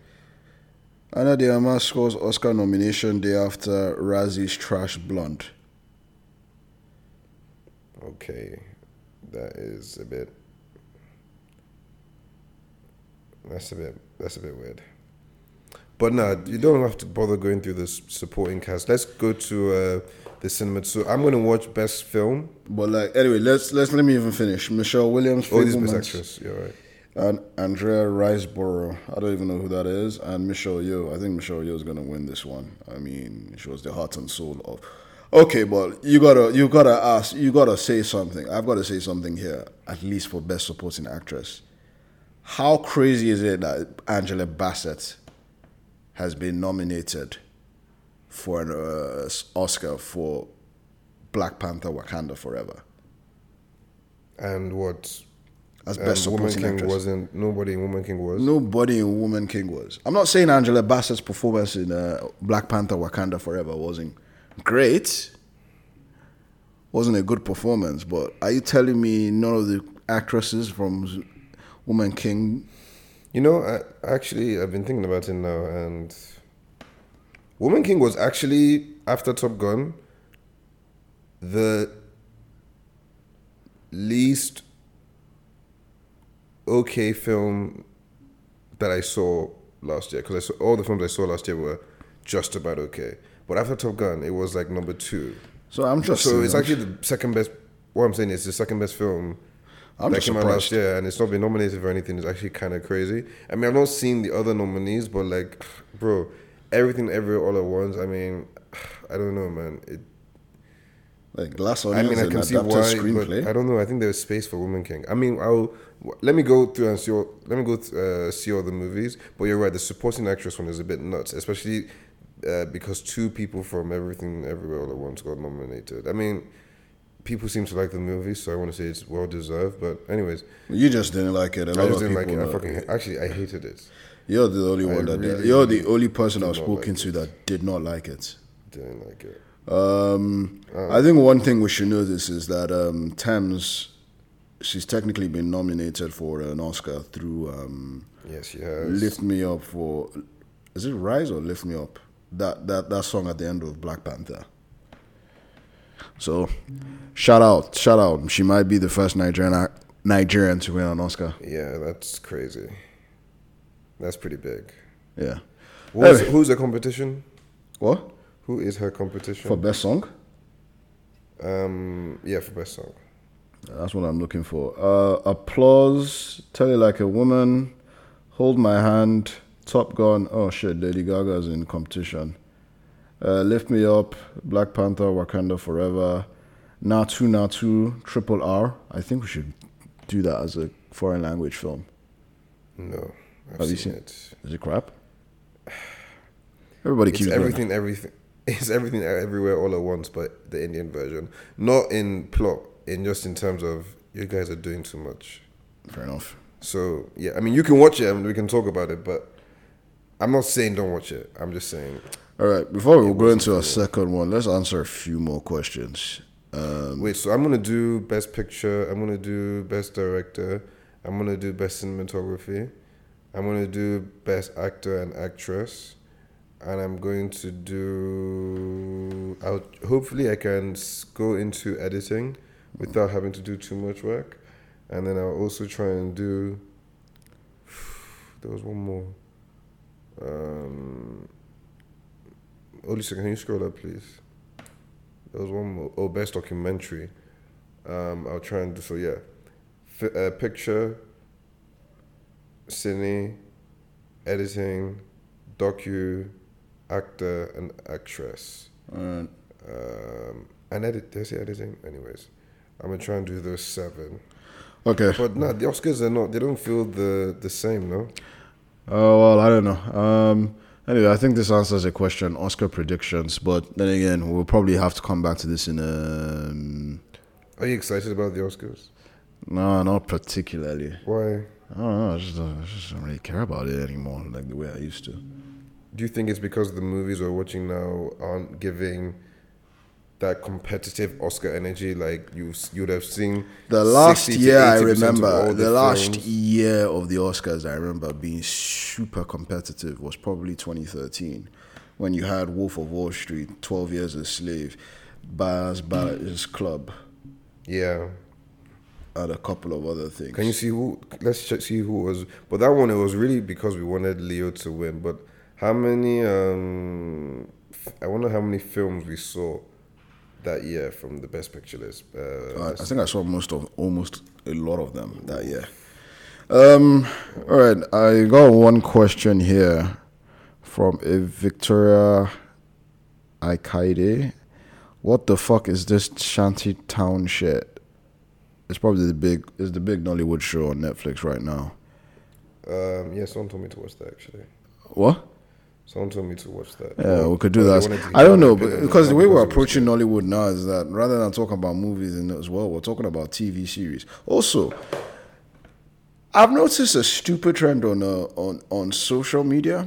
[SPEAKER 2] Ana de Armas scores Oscar nomination day after Razzie's Trash Blonde.
[SPEAKER 1] Okay, that is a bit. That's a bit. That's a bit weird. But no, you don't have to bother going through this supporting cast. Let's go to uh, the cinema. So I'm going to watch best film.
[SPEAKER 2] But like anyway, let's let's let me even finish. Michelle Williams,
[SPEAKER 1] Oh, this is
[SPEAKER 2] Fablemans,
[SPEAKER 1] best actress. You're right.
[SPEAKER 2] and Andrea Riceborough. I don't even know who that is. And Michelle Yeoh. I think Michelle Yeoh is gonna win this one. I mean, she was the heart and soul of. Okay, but you gotta you gotta ask you gotta say something. I've gotta say something here, at least for best supporting actress. How crazy is it that Angela Bassett has been nominated for an uh, Oscar for Black Panther: Wakanda Forever
[SPEAKER 1] And what?
[SPEAKER 2] as
[SPEAKER 1] um,
[SPEAKER 2] best
[SPEAKER 1] Woman
[SPEAKER 2] supporting
[SPEAKER 1] King
[SPEAKER 2] actress?
[SPEAKER 1] wasn't. Nobody in Woman King was.
[SPEAKER 2] Nobody in Woman King was. I'm not saying Angela Bassett's performance in uh, Black Panther Wakanda Forever wasn't great. Wasn't a good performance, but are you telling me none of the actresses from Woman King?
[SPEAKER 1] You know, I, actually, I've been thinking about it now, and Woman King was actually after Top Gun the least okay film that I saw last year because I saw all the films I saw last year were just about okay, but after Top Gun, it was like number two.
[SPEAKER 2] So I'm just
[SPEAKER 1] So it's actually the second best. What I'm saying is the second best film
[SPEAKER 2] I'm
[SPEAKER 1] that
[SPEAKER 2] just
[SPEAKER 1] came out last
[SPEAKER 2] surprised.
[SPEAKER 1] year, and it's not been nominated for anything. It's actually kind of crazy. I mean, I've not seen the other nominees, but like, (sighs) bro, everything, everywhere, all at once. I mean, (sighs) I don't know, man. It,
[SPEAKER 2] like Glass
[SPEAKER 1] I
[SPEAKER 2] Onion
[SPEAKER 1] mean,
[SPEAKER 2] is
[SPEAKER 1] I
[SPEAKER 2] an
[SPEAKER 1] can see
[SPEAKER 2] adapted
[SPEAKER 1] why, but I
[SPEAKER 2] screenplay.
[SPEAKER 1] don't know. I think there's space for Woman King. I mean, I'll w- let me go through and see. All, let me go th- uh, see all the movies. But you're right. The supporting actress one is a bit nuts, especially uh, because two people from Everything Everywhere All at Once got nominated. I mean, people seem to like the movie, so I want to say it's well deserved. But anyways,
[SPEAKER 2] You just didn't like it. A lot
[SPEAKER 1] I just
[SPEAKER 2] of
[SPEAKER 1] didn't
[SPEAKER 2] people.
[SPEAKER 1] like it. I
[SPEAKER 2] uh,
[SPEAKER 1] fucking actually I hated it.
[SPEAKER 2] you're the only one that did.
[SPEAKER 1] really
[SPEAKER 2] You're the only person
[SPEAKER 1] not
[SPEAKER 2] I've spoken
[SPEAKER 1] like
[SPEAKER 2] to that did not like it.
[SPEAKER 1] Didn't like it.
[SPEAKER 2] Um, I think one thing we should notice is that um, Thames, she's technically been nominated for an Oscar through um,
[SPEAKER 1] Yes, she has.
[SPEAKER 2] "Lift Me Up" for is it "Rise" or "Lift Me Up"? That that that song at the end of Black Panther. So, shout out, shout out. She might be the first Nigerian Nigerian to win an Oscar.
[SPEAKER 1] Yeah, that's crazy. That's pretty big.
[SPEAKER 2] Yeah.
[SPEAKER 1] Who's,
[SPEAKER 2] Anyway.
[SPEAKER 1] who's the competition?
[SPEAKER 2] What
[SPEAKER 1] Who is her
[SPEAKER 2] for
[SPEAKER 1] competition?
[SPEAKER 2] best song?
[SPEAKER 1] um, yeah, for best song.
[SPEAKER 2] That's what I'm looking for. Uh, applause, Tell You Like a Woman, Hold My Hand, Top Gun. Oh shit, Lady Gaga's in competition. Uh, Lift Me Up, Black Panther, Wakanda Forever, Natu Natu, Triple R. I think we should do that as a foreign language film.
[SPEAKER 1] No, I've seen,
[SPEAKER 2] Have Oh, you seen-
[SPEAKER 1] it.
[SPEAKER 2] Is it crap? Everybody
[SPEAKER 1] It's
[SPEAKER 2] keeps
[SPEAKER 1] everything,
[SPEAKER 2] everything.
[SPEAKER 1] everything. (laughs) It's everything, everywhere, all at once, but the Indian version. Not in plot, in just in terms of you guys are doing too much.
[SPEAKER 2] Fair enough.
[SPEAKER 1] So yeah, I mean, you can watch it and we can talk about it, but I'm not saying don't watch it. I'm just saying
[SPEAKER 2] All right, before we go into our second one, let's answer a few more questions. Um,
[SPEAKER 1] Wait, so I'm gonna do best picture. I'm gonna do best director. I'm gonna do best cinematography. I'm gonna do best actor and actress, and I'm going to do. I'll hopefully I can s- go into editing without having to do too much work, and then I'll also try and do. (sighs) There was one more. Um, Olisa, can you scroll up, please? There was one more. Oh, best documentary. Um, I'll try and do so. Yeah, F- uh, picture, cine, editing, docu, actor and actress,
[SPEAKER 2] all right.
[SPEAKER 1] um, and edit. Did I say editing? Anyways, I'm gonna try and do those seven.
[SPEAKER 2] Okay.
[SPEAKER 1] But no, the Oscars are not. They don't feel the the same. No.
[SPEAKER 2] Oh well, I don't know. Um, anyway, I think this answers a question: Oscar predictions. But then again, we'll probably have to come back to this in um
[SPEAKER 1] Are you excited about the Oscars?
[SPEAKER 2] No, not particularly.
[SPEAKER 1] Why?
[SPEAKER 2] I don't know. I just, don't- I just don't really care about it anymore, like the way I used to.
[SPEAKER 1] Do you think it's because the movies we're watching now aren't giving that competitive Oscar energy. Like you, you'd have seen
[SPEAKER 2] The last
[SPEAKER 1] 60 to
[SPEAKER 2] year I
[SPEAKER 1] 80% of all
[SPEAKER 2] remember, the, last
[SPEAKER 1] films.
[SPEAKER 2] year of the Oscars I remember being super competitive was probably 2013 when you had Wolf of Wall Street, 12 Years a Slave, Baz Ballers Club,
[SPEAKER 1] yeah.
[SPEAKER 2] and a couple of other things.
[SPEAKER 1] Can you see who? Let's check, see who was. But that one, it was really because we wanted Leo to win. But how many? um f- I wonder how many films we saw that year from the best picture list. Uh,
[SPEAKER 2] I, I think I saw most of almost a lot of them that year. Um, all right, I got one question here from a Victoria Ikaide. What the fuck is this shanty town shit? It's probably the big it's the big Nollywood show on Netflix right now.
[SPEAKER 1] um, yeah, someone told me to watch that actually.
[SPEAKER 2] What?
[SPEAKER 1] Someone told me to watch that.
[SPEAKER 2] Yeah, we could do
[SPEAKER 1] Or they wanted
[SPEAKER 2] that.
[SPEAKER 1] to
[SPEAKER 2] I
[SPEAKER 1] hear
[SPEAKER 2] don't
[SPEAKER 1] my
[SPEAKER 2] know
[SPEAKER 1] opinion
[SPEAKER 2] but-
[SPEAKER 1] on it,
[SPEAKER 2] because the
[SPEAKER 1] not
[SPEAKER 2] way we're
[SPEAKER 1] it was-
[SPEAKER 2] approaching Nollywood now is that rather than talking about movies and as well, we're talking about TV series. Also, I've noticed a stupid trend on uh, on on social media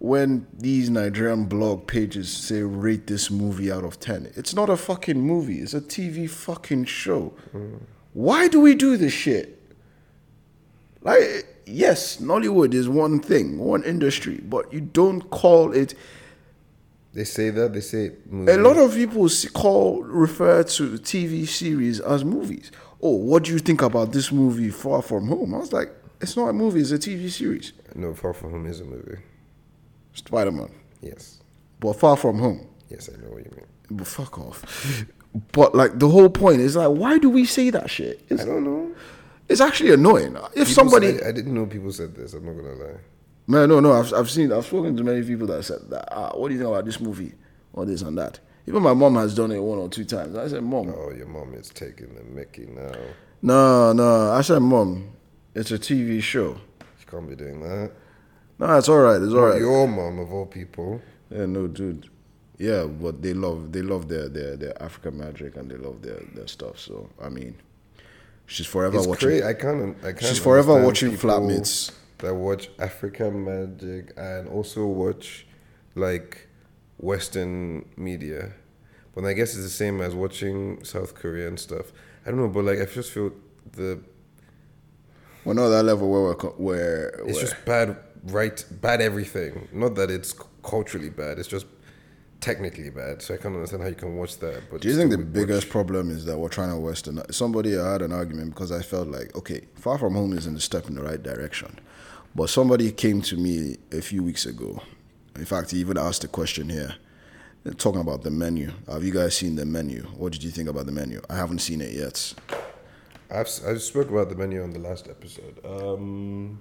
[SPEAKER 2] when these Nigerian blog pages say rate this movie out of ten. It's not a fucking movie. It's a TV fucking show.
[SPEAKER 1] Mm.
[SPEAKER 2] Why do we do this shit? Like, yes, Nollywood is one thing, one industry, but you don't call it
[SPEAKER 1] They say that. They say
[SPEAKER 2] a lot of people s- call refer to TV series as movies. Oh, what do you think about this movie, Far From Home? I was like, it's not a movie; it's a TV series.
[SPEAKER 1] No, Far From Home is a movie.
[SPEAKER 2] Spider Man,
[SPEAKER 1] Yes,
[SPEAKER 2] but Far From Home.
[SPEAKER 1] yes, I know what you mean.
[SPEAKER 2] But fuck off. But like the whole point is like, why do we say that shit? It's,
[SPEAKER 1] I don't know.
[SPEAKER 2] it's actually annoying. If
[SPEAKER 1] People
[SPEAKER 2] somebody,
[SPEAKER 1] said- I, didn't know people said this. I'm not gonna lie.
[SPEAKER 2] man, no, no, I've I've seen, I've spoken to many people that said that. Ah, what do you think about this movie? Or this and that. Even my mom has done it one or two times. I said, mom,
[SPEAKER 1] Oh, your mom is taking the Mickey now.
[SPEAKER 2] No, no. I said, Mom, it's a TV show.
[SPEAKER 1] She can't be doing that.
[SPEAKER 2] No, it's all right. It's all right.
[SPEAKER 1] Your mom of all people.
[SPEAKER 2] Yeah, no, dude. Yeah, but they love they love their their their African magic and they love their their stuff. So I mean, she's forever
[SPEAKER 1] It's
[SPEAKER 2] watching.
[SPEAKER 1] crazy. I can't. I can't.
[SPEAKER 2] She's forever
[SPEAKER 1] understand
[SPEAKER 2] watching
[SPEAKER 1] people
[SPEAKER 2] Flatmates.
[SPEAKER 1] That watch African magic and also watch like Western media, but I guess it's the same as watching South Korean stuff. I don't know, but like I just feel the
[SPEAKER 2] We're not at that level where we're co- where, where
[SPEAKER 1] it's just bad. Right, bad everything. Not that it's c- culturally bad. It's just technically bad. So I can't understand how you can watch that. But
[SPEAKER 2] Do you think the
[SPEAKER 1] still watch-
[SPEAKER 2] biggest problem is that we're trying to Western? Somebody I had an argument because I felt like, okay, Far From Home is in the step in the right direction. But somebody came to me a few weeks ago. In fact, he even asked a question here, They're talking about the menu. Have you guys seen the menu? What did you think about the menu? I haven't seen it yet.
[SPEAKER 1] I've s- I spoke about the menu on the last episode. Um,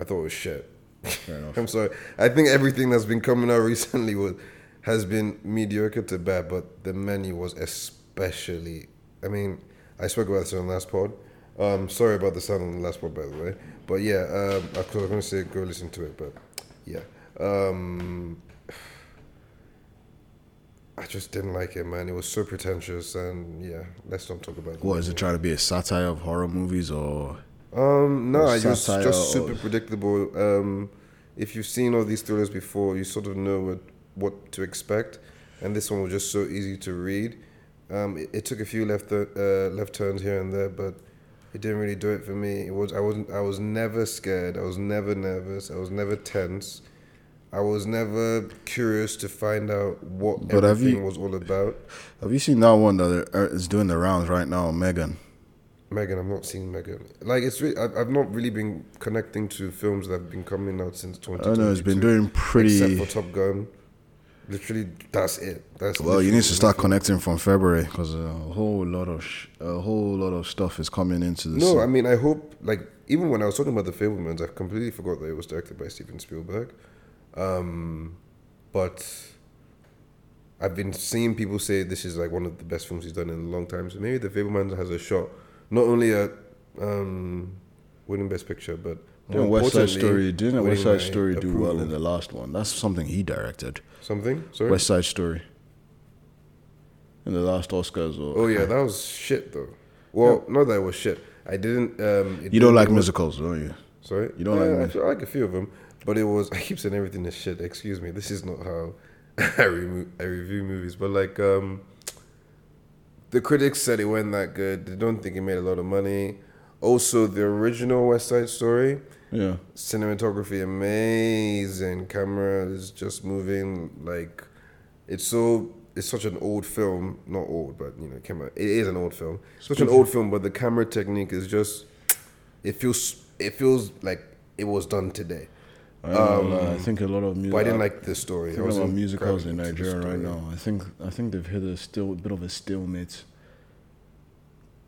[SPEAKER 1] I thought it was shit. (laughs) I'm sorry. I think everything that's been coming out (laughs) recently was has been mediocre to bad, but the menu was especially. I mean, I spoke about this on the last pod. Um, sorry about the sound on the last pod, by the way. But yeah, um, I 'cause I was going to say go listen to it, but yeah. Um, (sighs) I just didn't like it, man. It was so pretentious, and yeah, let's not talk about it.
[SPEAKER 2] What is it trying to be a satire of horror movies or?
[SPEAKER 1] Um, no,
[SPEAKER 2] Or
[SPEAKER 1] it was
[SPEAKER 2] satire
[SPEAKER 1] just
[SPEAKER 2] or-
[SPEAKER 1] super predictable. Um, if you've seen all these thrillers before, you sort of know what what to expect, and this one was just so easy to read. Um, it, it took a few left uh, left turns here and there, but it didn't really do it for me. It was I wasn't I was never scared. I was never nervous. I was never tense. I was never curious to find out what
[SPEAKER 2] But have
[SPEAKER 1] everything
[SPEAKER 2] you-
[SPEAKER 1] was all about.
[SPEAKER 2] Have you seen that one that uh, is doing the rounds right now, Megan?
[SPEAKER 1] Megan, I've not seen Megan. Like it's really, I've, I've not really been connecting to films that have been coming out since
[SPEAKER 2] I
[SPEAKER 1] 2022.
[SPEAKER 2] don't know. It's been doing
[SPEAKER 1] except
[SPEAKER 2] pretty.
[SPEAKER 1] for Top Gun. Literally, that's it. That's
[SPEAKER 2] Well, you
[SPEAKER 1] literally
[SPEAKER 2] need to start connecting from February because a whole lot of sh- a whole lot of stuff is coming into the.
[SPEAKER 1] No,
[SPEAKER 2] scene.
[SPEAKER 1] I mean, I hope like even when I was talking about the Fablemans, I completely forgot that it was directed by Steven Spielberg. Um, but I've been seeing people say this is like one of the best films he's done in a long time. So maybe the Fablemans has a shot, not only at um, winning Best Picture, but more
[SPEAKER 2] Didn't West Side
[SPEAKER 1] importantly,
[SPEAKER 2] Story didn't West
[SPEAKER 1] winning
[SPEAKER 2] Side
[SPEAKER 1] my
[SPEAKER 2] Story do well
[SPEAKER 1] approval.
[SPEAKER 2] in the last one? That's something he directed.
[SPEAKER 1] something? Sorry.
[SPEAKER 2] West Side Story. In the last Oscars, or
[SPEAKER 1] Oh yeah, that was shit though. Well, not that it was shit. I didn't. Um, it
[SPEAKER 2] you don't
[SPEAKER 1] didn't
[SPEAKER 2] like
[SPEAKER 1] do well-
[SPEAKER 2] musicals, don't you?
[SPEAKER 1] Sorry,
[SPEAKER 2] You don't
[SPEAKER 1] Yeah,
[SPEAKER 2] like
[SPEAKER 1] I
[SPEAKER 2] music?
[SPEAKER 1] (laughs) feel- I like a few of them, but it was. I keep saying everything is shit. Excuse me, this is not how (laughs) I, remo- I review movies, but like um, the critics said it wasn't that good. They don't think it made a lot of money. Also, the original West Side Story
[SPEAKER 2] Yeah.
[SPEAKER 1] cinematography amazing camera is just moving like it's so it's such an old film not old but you know camera it is an old film such an old film but the camera technique is just it feels it feels like it was done today
[SPEAKER 2] I, don't know, I think a lot of music.
[SPEAKER 1] Um, but i didn't like the story I
[SPEAKER 2] Thinking about
[SPEAKER 1] wasn't
[SPEAKER 2] musicals in
[SPEAKER 1] grabbing into the
[SPEAKER 2] Nigeria right
[SPEAKER 1] story.
[SPEAKER 2] now. I think I think they've hit a still a bit of a stalemate.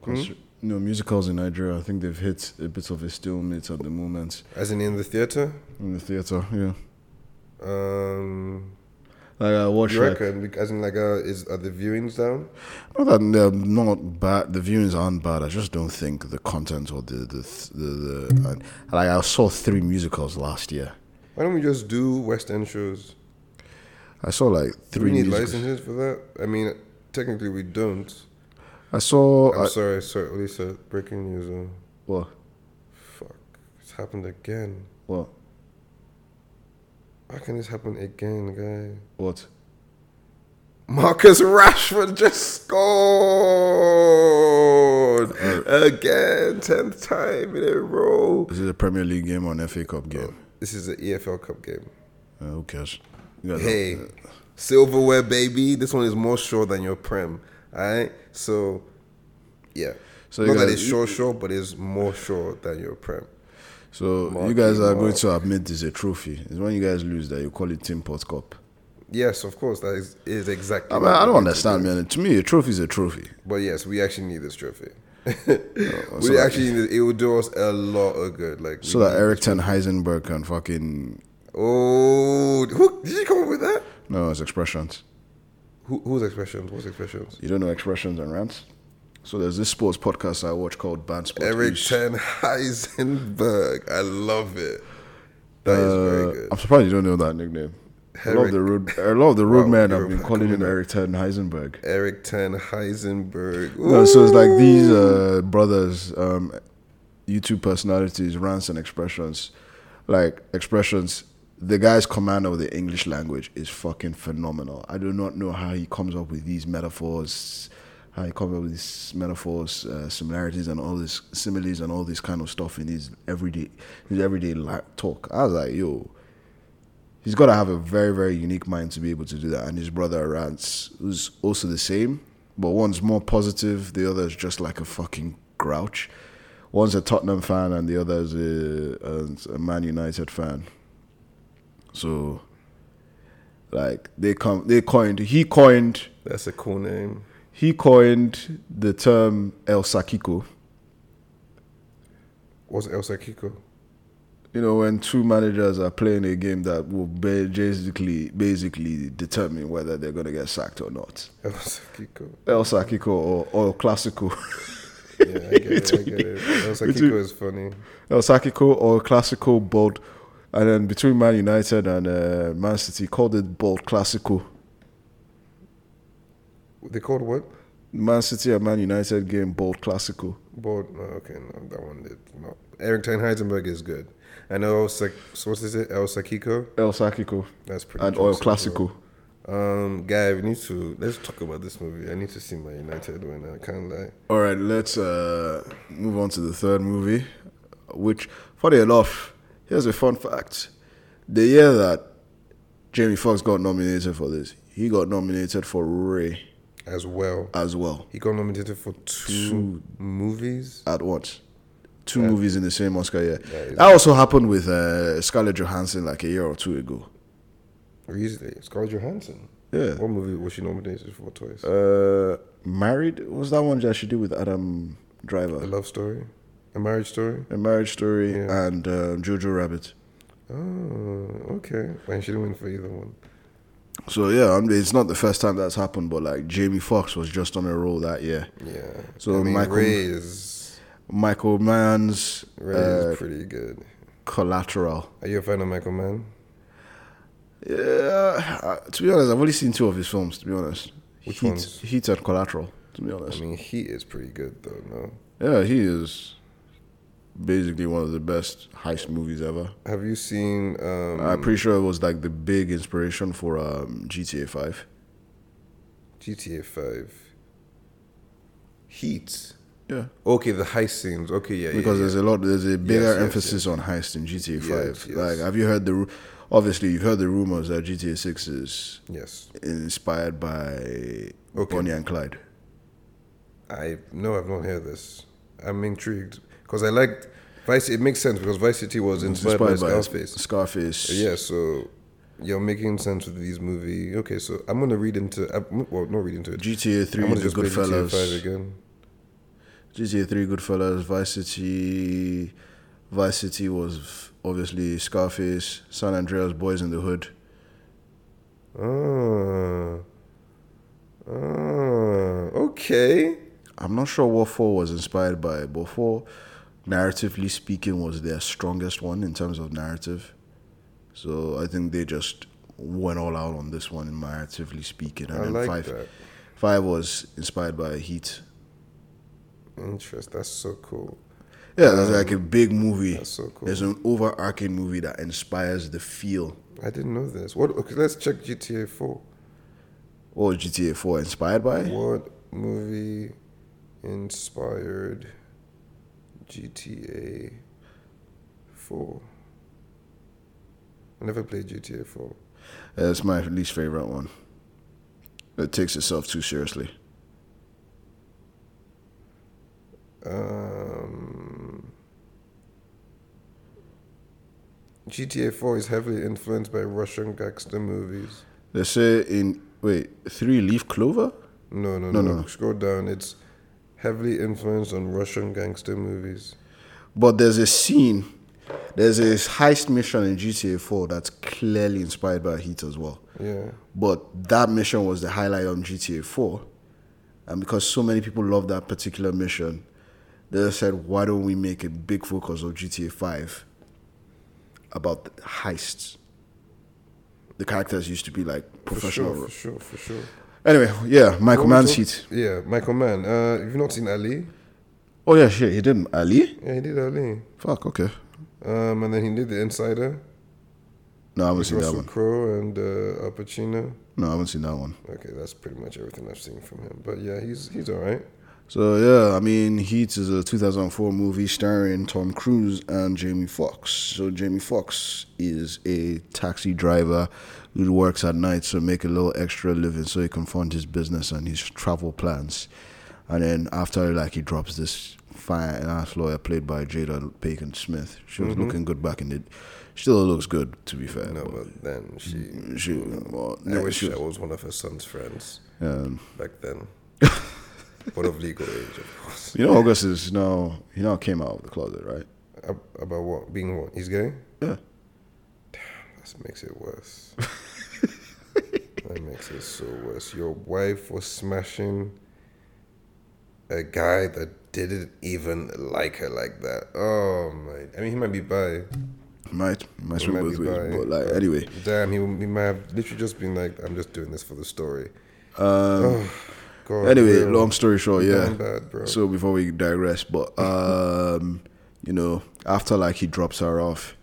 [SPEAKER 1] Hmm?
[SPEAKER 2] Concer- No musicals in Nigeria. I think they've hit a bit of a stalemate at the moment
[SPEAKER 1] as in in the theater
[SPEAKER 2] in the theater. Yeah,
[SPEAKER 1] um
[SPEAKER 2] like I watched
[SPEAKER 1] you
[SPEAKER 2] like
[SPEAKER 1] reckon Bec- as in like uh is are the viewings down
[SPEAKER 2] not that they're not bad. The viewings aren't bad. I just don't think the content or the the th- the, the and, like I saw three musicals last year.
[SPEAKER 1] why don't we just do west end shows
[SPEAKER 2] I saw like
[SPEAKER 1] do we
[SPEAKER 2] three
[SPEAKER 1] need
[SPEAKER 2] musicals.
[SPEAKER 1] licenses for that i mean technically we don't
[SPEAKER 2] I saw
[SPEAKER 1] I'm
[SPEAKER 2] I,
[SPEAKER 1] sorry, sorry, Lisa. Breaking news. Oh,
[SPEAKER 2] what
[SPEAKER 1] fuck! It's happened again.
[SPEAKER 2] what
[SPEAKER 1] How can this happen again, guy?
[SPEAKER 2] what
[SPEAKER 1] Marcus Rashford just scored
[SPEAKER 2] Uh,
[SPEAKER 1] again, tenth time in a row.
[SPEAKER 2] is it a Premier League game or an FA
[SPEAKER 1] Oh.
[SPEAKER 2] Cup game?
[SPEAKER 1] This is the EFL Cup game.
[SPEAKER 2] Uh, who cares? You guys-
[SPEAKER 1] Hey, silverware, baby. This one is more sure than your prem. All right, so yeah.
[SPEAKER 2] So you
[SPEAKER 1] Not that
[SPEAKER 2] guys-
[SPEAKER 1] it's sure, sure, but it's more sure than your prem.
[SPEAKER 2] So you
[SPEAKER 1] Marky
[SPEAKER 2] guys are going
[SPEAKER 1] Mark.
[SPEAKER 2] to admit this is a trophy. It's when you guys lose that you call it Team Pot Cup.
[SPEAKER 1] Yes, of course. That is, is exactly.
[SPEAKER 2] I, mean,
[SPEAKER 1] what we
[SPEAKER 2] I don't
[SPEAKER 1] need to
[SPEAKER 2] understand,
[SPEAKER 1] do.
[SPEAKER 2] man. To me, a trophy is a trophy.
[SPEAKER 1] But yes, we actually need this trophy. (laughs) we
[SPEAKER 2] Oh, so that-
[SPEAKER 1] actually need it. It would do us a lot of good. Like
[SPEAKER 2] So
[SPEAKER 1] we-
[SPEAKER 2] that Eric Ten Heisenberg can fucking
[SPEAKER 1] Oh, who did you come up with that?
[SPEAKER 2] no, it's expressions.
[SPEAKER 1] Who, who's expressions? What's expressions?
[SPEAKER 2] You don't know expressions and rants. So there's this sports podcast I watch called Band Sports.
[SPEAKER 1] Eric
[SPEAKER 2] East.
[SPEAKER 1] Ten Heisenberg. I love it. That is
[SPEAKER 2] Uh,
[SPEAKER 1] very good.
[SPEAKER 2] I'm surprised you don't know that nickname. A lot of
[SPEAKER 1] Eric-
[SPEAKER 2] the road, a lot of the road
[SPEAKER 1] Wow,
[SPEAKER 2] men
[SPEAKER 1] you're
[SPEAKER 2] have been
[SPEAKER 1] a-
[SPEAKER 2] calling him Eric Ten Heisenberg.
[SPEAKER 1] Eric Ten Heisenberg.
[SPEAKER 2] (laughs) No, so it's like these
[SPEAKER 1] Ooh.
[SPEAKER 2] uh, brothers, um, YouTube personalities, rants and expressions, like expressions. The guy's command of the English language is fucking phenomenal. I do not know how he comes up with these metaphors, how he comes up with these metaphors, uh, similarities, and all this similes and all this kind of stuff in his everyday, his everyday la- talk. I was like, yo, he's got to have a very very unique mind to be able to do that and his brother Rance who's also the same but one's more positive the other's just like a fucking grouch one's a Tottenham fan and the other's a, a, a Man United fan so like they come they coined he coined
[SPEAKER 1] That's a cool name.
[SPEAKER 2] he coined the term El Sakiko
[SPEAKER 1] What's Elsa Kiko? (laughs)
[SPEAKER 2] you know, when two managers are playing a game that will ba- basically basically determine whether they're gonna get sacked or not.
[SPEAKER 1] Elsa
[SPEAKER 2] (laughs)
[SPEAKER 1] Kiko.
[SPEAKER 2] El Sakiko or, or Classico.
[SPEAKER 1] Yeah, I get it. I get it. Elsa
[SPEAKER 2] Between-
[SPEAKER 1] Kiko is funny.
[SPEAKER 2] (laughs) El Sakiko or Classico bold. And then between Man United and uh, Man City, called it bold Classico.
[SPEAKER 1] They called what?
[SPEAKER 2] Man City and Man United game bold Classico.
[SPEAKER 1] Bold. No, okay, no, that one did not. Eric Ten Heisenberg is good. I know. Sak- so What is it? El Sakiko.
[SPEAKER 2] El Sakiko
[SPEAKER 1] That's pretty.
[SPEAKER 2] and Oil
[SPEAKER 1] juicy as well.
[SPEAKER 2] Classico.
[SPEAKER 1] Um, guy, we need to let's talk about this movie. I need to see my United win. I can't lie.
[SPEAKER 2] All right, let's uh, move on to the third movie, which, funny enough, here's a fun fact. The year that Jamie Foxx got nominated for this, he got nominated for Ray
[SPEAKER 1] As well,
[SPEAKER 2] as well
[SPEAKER 1] he got nominated for two,
[SPEAKER 2] Two.
[SPEAKER 1] movies.
[SPEAKER 2] at once. Two movies in the same Oscar year.
[SPEAKER 1] That is-
[SPEAKER 2] That also happened with uh, Scarlett Johansson like a year or two ago.
[SPEAKER 1] Recently, Scarlett Johansson.
[SPEAKER 2] Yeah.
[SPEAKER 1] What movie was she nominated for twice?
[SPEAKER 2] Uh, Married? What was that one that she did with Adam
[SPEAKER 1] a
[SPEAKER 2] Driver?
[SPEAKER 1] love story, a marriage story.
[SPEAKER 2] A Marriage Story
[SPEAKER 1] Yeah.
[SPEAKER 2] and uh, Jojo Rabbit.
[SPEAKER 1] Oh, okay. And she didn't win for either one.
[SPEAKER 2] So yeah, I mean, it's not the first time that's happened, but like Jamie Foxx was just on a roll that year.
[SPEAKER 1] Yeah.
[SPEAKER 2] So
[SPEAKER 1] I mean,
[SPEAKER 2] Michael-
[SPEAKER 1] Ray is
[SPEAKER 2] Michael Mann's
[SPEAKER 1] Ray
[SPEAKER 2] uh,
[SPEAKER 1] is pretty good.
[SPEAKER 2] Collateral.
[SPEAKER 1] Are you a fan of Michael Mann?
[SPEAKER 2] Yeah, uh, to be honest, I've only seen two of his films. To be honest,
[SPEAKER 1] Which
[SPEAKER 2] Heat,
[SPEAKER 1] ones?
[SPEAKER 2] Heat and Collateral. To be honest,
[SPEAKER 1] I mean, he is pretty good though. No,
[SPEAKER 2] yeah, he is. basically one of the best heist movies ever.
[SPEAKER 1] Have you seen? Um,
[SPEAKER 2] I'm pretty sure it was like the big inspiration for um, GTA 5.
[SPEAKER 1] GTA Five. Heat.
[SPEAKER 2] Yeah,
[SPEAKER 1] Okay, the heist scenes. Okay, yeah,
[SPEAKER 2] because
[SPEAKER 1] yeah,
[SPEAKER 2] there's a lot, there's a bigger
[SPEAKER 1] yes,
[SPEAKER 2] emphasis on heist in GTA 5.
[SPEAKER 1] Yes, yes.
[SPEAKER 2] Like, have you heard the? ru- Obviously, you've heard the rumors that GTA 6 is
[SPEAKER 1] yeah. yes.
[SPEAKER 2] inspired by
[SPEAKER 1] Okay.
[SPEAKER 2] Bonnie and Clyde.
[SPEAKER 1] I no, I've not heard this. I'm intrigued because I liked Vice. It makes sense because Vice City was
[SPEAKER 2] It's
[SPEAKER 1] inspired, by Scarface.
[SPEAKER 2] Scarface.
[SPEAKER 1] Yeah, so you're making sense with these movie. Okay, so I'm gonna read into. I'm, well, not read into it.
[SPEAKER 2] GTA 3,
[SPEAKER 1] I'm
[SPEAKER 2] The
[SPEAKER 1] gonna just play GTA Five
[SPEAKER 2] Goodfellas.
[SPEAKER 1] again.
[SPEAKER 2] GTA 3, Goodfellas, Vice City. Vice City was obviously Scarface, San Andreas, Boys in the Hood.
[SPEAKER 1] Ah. Ah. Okay.
[SPEAKER 2] I'm not sure what 4 was inspired by, but 4, narratively speaking, was their strongest one in terms of narrative. So I think they just went all out on this one, narratively speaking. And
[SPEAKER 1] I
[SPEAKER 2] then
[SPEAKER 1] like
[SPEAKER 2] 5,
[SPEAKER 1] that.
[SPEAKER 2] 5 was inspired by Heat.
[SPEAKER 1] Interest. That's so cool.
[SPEAKER 2] Yeah, that's like a big movie.
[SPEAKER 1] Um, That's so cool.
[SPEAKER 2] There's an overarching movie that inspires the feel.
[SPEAKER 1] I didn't know this. What? Okay, let's check GTA Four.
[SPEAKER 2] What was GTA 4 inspired by?
[SPEAKER 1] What movie inspired GTA 4? I never played GTA 4.
[SPEAKER 2] That's my least favorite one. It takes itself too seriously.
[SPEAKER 1] Um, GTA 4 is heavily influenced by Russian gangster movies.
[SPEAKER 2] They say in, wait, Three Leaf Clover?
[SPEAKER 1] No, no, no.
[SPEAKER 2] No, no, no.
[SPEAKER 1] Scroll down. It's heavily influenced on Russian gangster movies.
[SPEAKER 2] But there's a scene, there's a heist mission in GTA 4 that's clearly inspired by Heat as well.
[SPEAKER 1] Yeah.
[SPEAKER 2] But that mission was the highlight on GTA 4. And because so many people love that particular mission, they said, why don't we make a big focus of GTA 5 about the heists? The characters used to be like
[SPEAKER 1] For
[SPEAKER 2] professional.
[SPEAKER 1] sure, for sure, for sure.
[SPEAKER 2] Anyway, yeah, Michael
[SPEAKER 1] What was
[SPEAKER 2] Mann's heat.
[SPEAKER 1] up- Yeah, Michael Mann. Uh, you've not seen Ali?
[SPEAKER 2] Oh, yeah, shit, he didn't. Ali?
[SPEAKER 1] Yeah, he did Ali.
[SPEAKER 2] Fuck, okay.
[SPEAKER 1] Um, and then he did The Insider.
[SPEAKER 2] No, I haven't
[SPEAKER 1] With
[SPEAKER 2] seen that
[SPEAKER 1] Russell
[SPEAKER 2] one.
[SPEAKER 1] Crowe and uh, Al Pacino.
[SPEAKER 2] No, I haven't seen that one.
[SPEAKER 1] Okay, that's pretty much everything I've seen from him. But yeah, he's he's all right.
[SPEAKER 2] So, yeah, I mean, Heat is a 2004 movie starring Tom Cruise and Jamie Foxx. So, Jamie Foxx is a taxi driver who works at night to make a little extra living so he can fund his business and his travel plans. And then after, like, he drops this fine ass lawyer played by Jada Bacon Smith. She was looking good back in it. Still looks good, to be fair.
[SPEAKER 1] No, but
[SPEAKER 2] but-
[SPEAKER 1] then she.
[SPEAKER 2] She, well,
[SPEAKER 1] I
[SPEAKER 2] Mm, yeah,
[SPEAKER 1] wish
[SPEAKER 2] she
[SPEAKER 1] I
[SPEAKER 2] was-
[SPEAKER 1] was one of her son's friends
[SPEAKER 2] um,
[SPEAKER 1] back
[SPEAKER 2] (laughs)
[SPEAKER 1] then. but of legal age, of course.
[SPEAKER 2] you know, August is now he now came out of the closet, right?
[SPEAKER 1] Ab- About what? Being what? He's gay?
[SPEAKER 2] Yeah.
[SPEAKER 1] That makes it worse. (laughs) that makes it so worse. Your wife was smashing a guy that didn't even like her like that. Oh my! I mean, he might be bi.
[SPEAKER 2] Might might
[SPEAKER 1] He
[SPEAKER 2] swing
[SPEAKER 1] might
[SPEAKER 2] both
[SPEAKER 1] be
[SPEAKER 2] ways,
[SPEAKER 1] bi,
[SPEAKER 2] but like uh, anyway,
[SPEAKER 1] Damn, he, he might have literally just been like, "I'm just doing this for the story." Oh,
[SPEAKER 2] um,
[SPEAKER 1] God,
[SPEAKER 2] anyway.
[SPEAKER 1] real.
[SPEAKER 2] Long story short,
[SPEAKER 1] Damn
[SPEAKER 2] yeah.
[SPEAKER 1] bad, bro.
[SPEAKER 2] So before we digress, (laughs) but um, you know, after like he drops her off,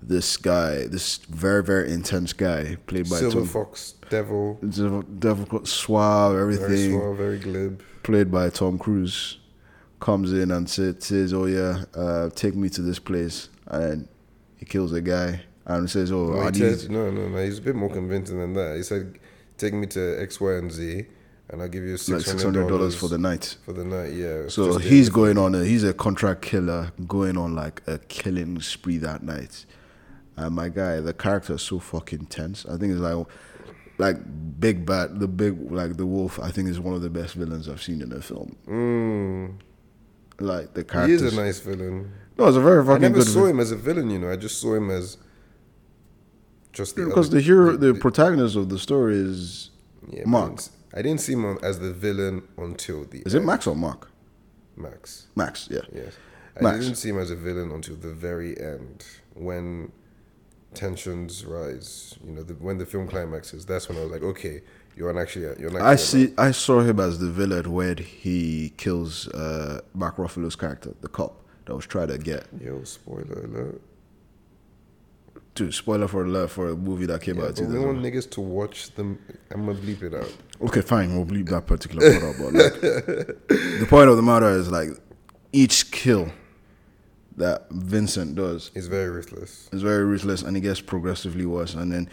[SPEAKER 2] this guy, this very very intense guy played by
[SPEAKER 1] Silver
[SPEAKER 2] Tom,
[SPEAKER 1] Fox, Devil,
[SPEAKER 2] Devil, Devil- suave,
[SPEAKER 1] very
[SPEAKER 2] everything.
[SPEAKER 1] suave, very glib.
[SPEAKER 2] played by Tom Cruise, comes in and say, says, "Oh yeah, uh, take me to this place," and he kills a guy and says, "Oh,
[SPEAKER 1] No,
[SPEAKER 2] I
[SPEAKER 1] he
[SPEAKER 2] need."
[SPEAKER 1] said, no, no, no. He's a bit more convincing than that. He said, "Take me to X, Y, and Z, and I'll give you
[SPEAKER 2] Like
[SPEAKER 1] six
[SPEAKER 2] six
[SPEAKER 1] hundred
[SPEAKER 2] hundred dollars
[SPEAKER 1] dollars
[SPEAKER 2] for the night.
[SPEAKER 1] for the night." Yeah.
[SPEAKER 2] So
[SPEAKER 1] just the
[SPEAKER 2] he's going on a he's a contract killer going on like a killing spree that night. And my guy, the character is so fucking tense. I think it's like like Big Bat, the big like the wolf. I think is one of the best villains I've seen in a film.
[SPEAKER 1] Mm.
[SPEAKER 2] Like the
[SPEAKER 1] He
[SPEAKER 2] character.
[SPEAKER 1] is a nice villain.
[SPEAKER 2] no, it's a very
[SPEAKER 1] I
[SPEAKER 2] fucking
[SPEAKER 1] never
[SPEAKER 2] good.
[SPEAKER 1] saw him as a villain, you know. I just saw him as just the
[SPEAKER 2] because
[SPEAKER 1] other-
[SPEAKER 2] the hero, the protagonist of the story is
[SPEAKER 1] yeah,
[SPEAKER 2] Mark.
[SPEAKER 1] but it's- I didn't see him on- as the villain until the
[SPEAKER 2] is it
[SPEAKER 1] end.
[SPEAKER 2] Max or Mark?
[SPEAKER 1] Max?
[SPEAKER 2] Max, yeah.
[SPEAKER 1] Yes, I
[SPEAKER 2] Max.
[SPEAKER 1] didn't see him as a villain until the very end when tensions rise. You know, the, when the film climaxes, that's when I was like, okay, you're an actually you're an
[SPEAKER 2] I
[SPEAKER 1] actually
[SPEAKER 2] see. I saw him as the villain when he kills uh, Mark Ruffalo's character, the cop. that was trying to get.
[SPEAKER 1] Yo, spoiler alert.
[SPEAKER 2] Dude, spoiler for love for a movie that came
[SPEAKER 1] Yeah,
[SPEAKER 2] out.
[SPEAKER 1] but
[SPEAKER 2] in
[SPEAKER 1] we want niggas to watch them. I'm gonna bleep it out.
[SPEAKER 2] Okay, fine. We'll bleep that particular part out. But like, the point of the matter is like each kill that Vincent does
[SPEAKER 1] It's very ruthless.
[SPEAKER 2] is very ruthless, and it gets progressively worse. And then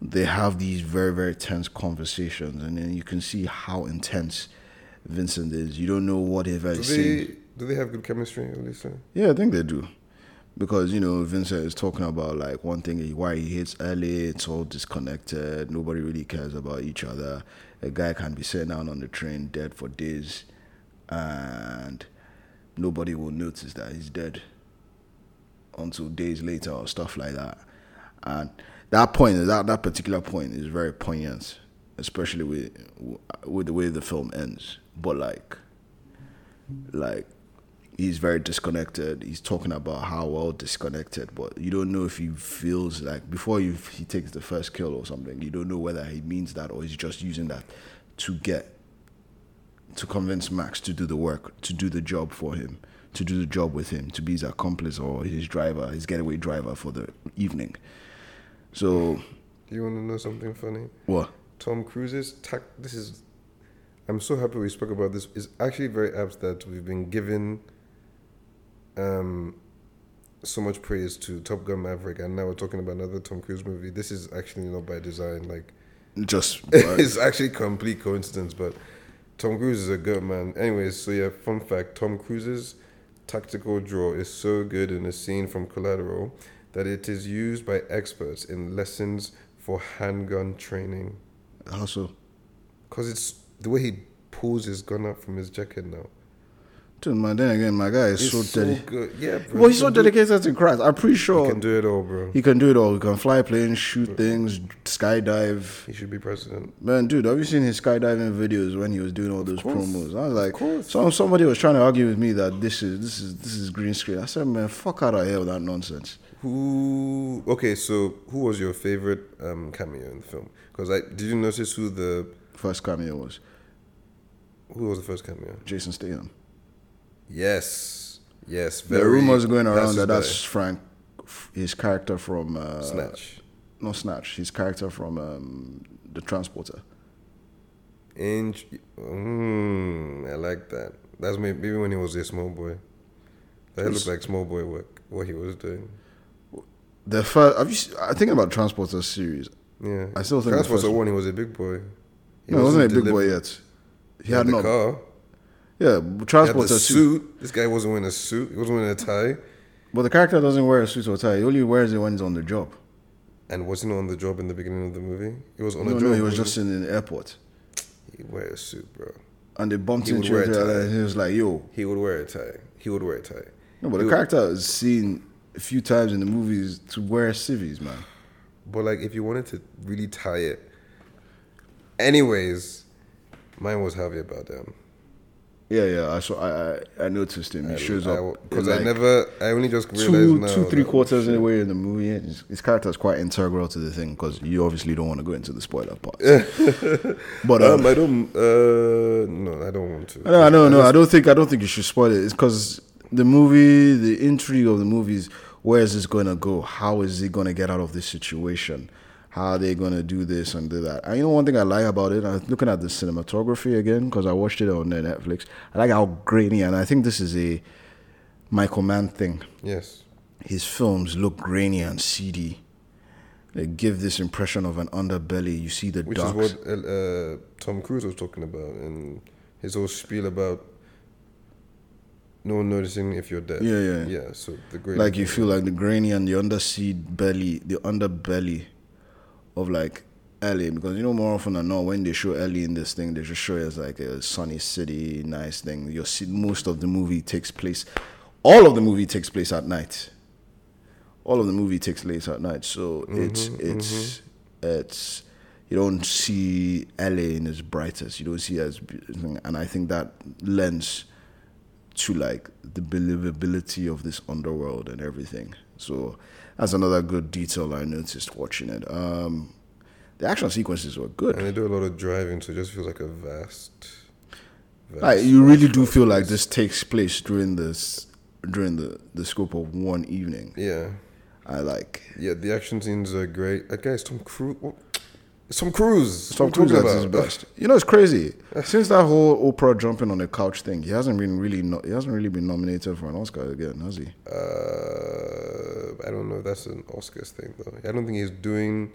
[SPEAKER 2] they have these very very tense conversations, and then you can see how intense Vincent is. You don't know what they've
[SPEAKER 1] Do
[SPEAKER 2] actually seen.
[SPEAKER 1] they do they have good chemistry, Alisa?
[SPEAKER 2] Yeah, I think they do. Because, you know, Vincent is talking about like one thing is why he hates LA, it's all disconnected, nobody really cares about each other. A guy can be sitting down on the train dead for days and nobody will notice that he's dead until days later or stuff like that. And that point, that, that particular point is very poignant, especially with with the way the film ends. But like, like he's very disconnected. He's talking about how well disconnected, but you don't know if he feels like before you he takes the first kill or something. You don't know whether he means that or he's just using that to get to convince Max to do the work, to do the job for him, to do the job with him, to be his accomplice or his driver, his getaway driver for the evening. So
[SPEAKER 1] Do you want to know something funny?
[SPEAKER 2] what?
[SPEAKER 1] Tom Cruise's tac. This is. I'm so happy we spoke about this. It's actually very apt that we've been given. Um, so much praise to Top Gun Maverick, and now we're talking about another Tom Cruise movie. This is actually not by design. Like
[SPEAKER 2] Just
[SPEAKER 1] (laughs) it's actually complete coincidence, but Tom Cruise is a good man. Anyways, so yeah, fun fact: Tom Cruise's tactical draw is so good in a scene from Collateral that it is used by experts in lessons for handgun training.
[SPEAKER 2] also
[SPEAKER 1] Cause it's the way he pulls his gun out from his jacket now.
[SPEAKER 2] dude, man, then again my guy is
[SPEAKER 1] It's so,
[SPEAKER 2] so dedicated.
[SPEAKER 1] good. Yeah, bro.
[SPEAKER 2] Well he's
[SPEAKER 1] You
[SPEAKER 2] so
[SPEAKER 1] can do-
[SPEAKER 2] dedicated to Christ. I'm pretty
[SPEAKER 1] You
[SPEAKER 2] sure
[SPEAKER 1] can do it all, bro.
[SPEAKER 2] He can do it all. He can fly planes, shoot things, skydive.
[SPEAKER 1] He should be president.
[SPEAKER 2] Man, dude, have you seen his skydiving videos when he was doing all those
[SPEAKER 1] course.
[SPEAKER 2] promos? I was like,
[SPEAKER 1] course.
[SPEAKER 2] so somebody was trying to argue with me that this is this is this is green screen. I said, man, fuck out of here with that nonsense.
[SPEAKER 1] Who? Okay, so who was your favorite um, cameo in the film? Because I did you notice who the
[SPEAKER 2] First cameo was
[SPEAKER 1] Who was the first cameo?
[SPEAKER 2] Jason Statham.
[SPEAKER 1] Yes, yes.
[SPEAKER 2] There are rumors going around that
[SPEAKER 1] his
[SPEAKER 2] that's Frank, f- his character from uh,
[SPEAKER 1] guy. snatch.
[SPEAKER 2] No Snatch. His character from um, the Transporter.
[SPEAKER 1] Inch. Mm, I like that. That's may- maybe when he was a small boy. That
[SPEAKER 2] Yes.
[SPEAKER 1] looked like small boy work. What he was doing.
[SPEAKER 2] The first. Have you? se- I think about Transporter series.
[SPEAKER 1] Yeah.
[SPEAKER 2] I still think
[SPEAKER 1] That's
[SPEAKER 2] the
[SPEAKER 1] was
[SPEAKER 2] first
[SPEAKER 1] the one. He was a big boy.
[SPEAKER 2] No, it wasn't a big boy
[SPEAKER 1] delivered-
[SPEAKER 2] yet. He had
[SPEAKER 1] the
[SPEAKER 2] not.
[SPEAKER 1] car.
[SPEAKER 2] Yeah,
[SPEAKER 1] He had the
[SPEAKER 2] Transporter
[SPEAKER 1] suit.
[SPEAKER 2] suit.
[SPEAKER 1] This guy wasn't wearing a suit. He wasn't wearing a tie.
[SPEAKER 2] But the character doesn't wear a suit or tie. He only wears it when he's on the job.
[SPEAKER 1] And wasn't on the job in the beginning of the movie. He was on
[SPEAKER 2] no,
[SPEAKER 1] a job.
[SPEAKER 2] no, he was
[SPEAKER 1] wasn't
[SPEAKER 2] just in the airport.
[SPEAKER 1] He wear a suit, bro.
[SPEAKER 2] And they bumped
[SPEAKER 1] He would
[SPEAKER 2] into
[SPEAKER 1] wear
[SPEAKER 2] each
[SPEAKER 1] a
[SPEAKER 2] other
[SPEAKER 1] tie.
[SPEAKER 2] and he was like, yo.
[SPEAKER 1] He would wear a tie. He would wear a tie.
[SPEAKER 2] No,
[SPEAKER 1] He
[SPEAKER 2] but the
[SPEAKER 1] would-
[SPEAKER 2] character is seen a few times in the movies to wear civvies, man.
[SPEAKER 1] But like, if you wanted to really tie it, anyways, mine was Javier Bardem.
[SPEAKER 2] Yeah, yeah, I saw. I I, I noticed him. He shows up
[SPEAKER 1] because
[SPEAKER 2] in
[SPEAKER 1] I
[SPEAKER 2] like
[SPEAKER 1] never, I only just realized
[SPEAKER 2] two
[SPEAKER 1] now
[SPEAKER 2] two three
[SPEAKER 1] that-
[SPEAKER 2] quarters of the way in the movie. and His, his character is quite integral to the thing because you obviously don't want to go into the
[SPEAKER 1] (laughs)
[SPEAKER 2] spoiler part. but um,
[SPEAKER 1] Um, I don't. Uh, no, I don't want to.
[SPEAKER 2] No, no, no. I don't think I don't think you should spoil it. It's because the movie, the intrigue of the movie is where is this going to go? How is he going to get out of this situation? How are they going to do this and do that? And you know one thing I like about it. I was looking at the cinematography again because I watched it on uh, Netflix. I like how grainy, and I think this is a Michael Mann thing
[SPEAKER 1] Yes,
[SPEAKER 2] his films look grainy and seedy. They give this impression of an underbelly. You see the
[SPEAKER 1] which
[SPEAKER 2] dark.
[SPEAKER 1] is what uh, uh, Tom Cruise was talking about and his whole spiel about no one noticing if you're dead.
[SPEAKER 2] Yeah, yeah.
[SPEAKER 1] yeah. So the great,
[SPEAKER 2] like you feel like the grainy and the underseed belly, the underbelly of like LA. Because you know, more often than not, when they show LA in this thing, they just show it as like a sunny city, nice thing. You see, most of the movie takes place, all of the movie takes place at night. All of the movie takes place at night, so it's it's it's you don't see LA in its brightest. You don't see it as, be- and I think that lends to like the believability of this underworld and everything. So that's another good detail I noticed watching it. Um, the action sequences were
[SPEAKER 1] and
[SPEAKER 2] good.
[SPEAKER 1] they do a lot of driving, so it just feels like a vast. vast
[SPEAKER 2] Like you really do feel like this takes place during this during the the scope of one evening.
[SPEAKER 1] Yeah,
[SPEAKER 2] I like
[SPEAKER 1] yeah. The action scenes are great. I guess Tom Cruise. What? It's Tom Cruise.
[SPEAKER 2] Tom
[SPEAKER 1] What are you
[SPEAKER 2] Cruise
[SPEAKER 1] talking
[SPEAKER 2] at his
[SPEAKER 1] about?
[SPEAKER 2] best. You know, it's crazy. Since that whole Oprah jumping on the couch thing, he hasn't been really no, he hasn't really been nominated for an Oscar again, has he?
[SPEAKER 1] Uh, I don't know. if That's an Oscars thing though. I don't think he's doing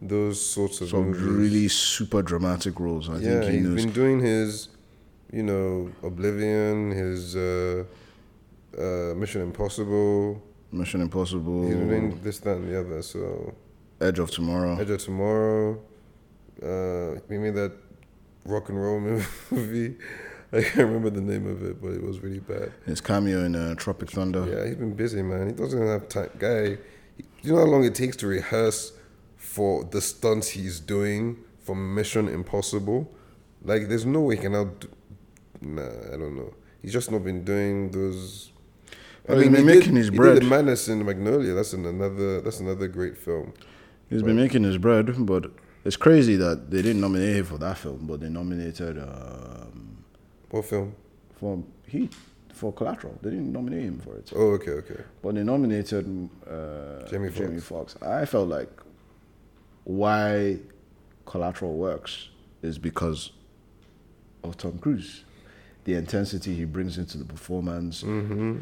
[SPEAKER 1] those sorts of
[SPEAKER 2] So
[SPEAKER 1] movies.
[SPEAKER 2] really super dramatic roles. I
[SPEAKER 1] yeah,
[SPEAKER 2] think he
[SPEAKER 1] he's
[SPEAKER 2] knows.
[SPEAKER 1] been doing his, you know, Oblivion, his uh, uh, Mission Impossible.
[SPEAKER 2] Mission Impossible,
[SPEAKER 1] He's been
[SPEAKER 2] Mm.
[SPEAKER 1] doing this, that, and the other. So
[SPEAKER 2] Edge of Tomorrow.
[SPEAKER 1] Edge of Tomorrow. Uh, we made that rock and roll (laughs) movie. I can't remember the name of it, but it was really bad.
[SPEAKER 2] His cameo in uh, Tropic Thunder.
[SPEAKER 1] Yeah, he's been busy, man. He doesn't have time. Guy, you know how long it takes to rehearse for the stunts he's doing for Mission Impossible? Like, there's no way he can outdo. Nah, I don't know. He's just not been doing those.
[SPEAKER 2] Well, he's been
[SPEAKER 1] he did-
[SPEAKER 2] making his
[SPEAKER 1] he
[SPEAKER 2] bread.
[SPEAKER 1] Did the Madness in Magnolia. That's an, another. That's another great film.
[SPEAKER 2] He's been making his bread, but it's crazy that they didn't nominate him for that film, but they nominated um,
[SPEAKER 1] What film?
[SPEAKER 2] for he for Collateral. They didn't nominate him for it,
[SPEAKER 1] Oh, okay, okay.
[SPEAKER 2] but they nominated uh,
[SPEAKER 1] Jamie Foxx.
[SPEAKER 2] Foxx. I felt like why Collateral works is because of Tom Cruise, the intensity he brings into the performance. One
[SPEAKER 1] Mm-hmm.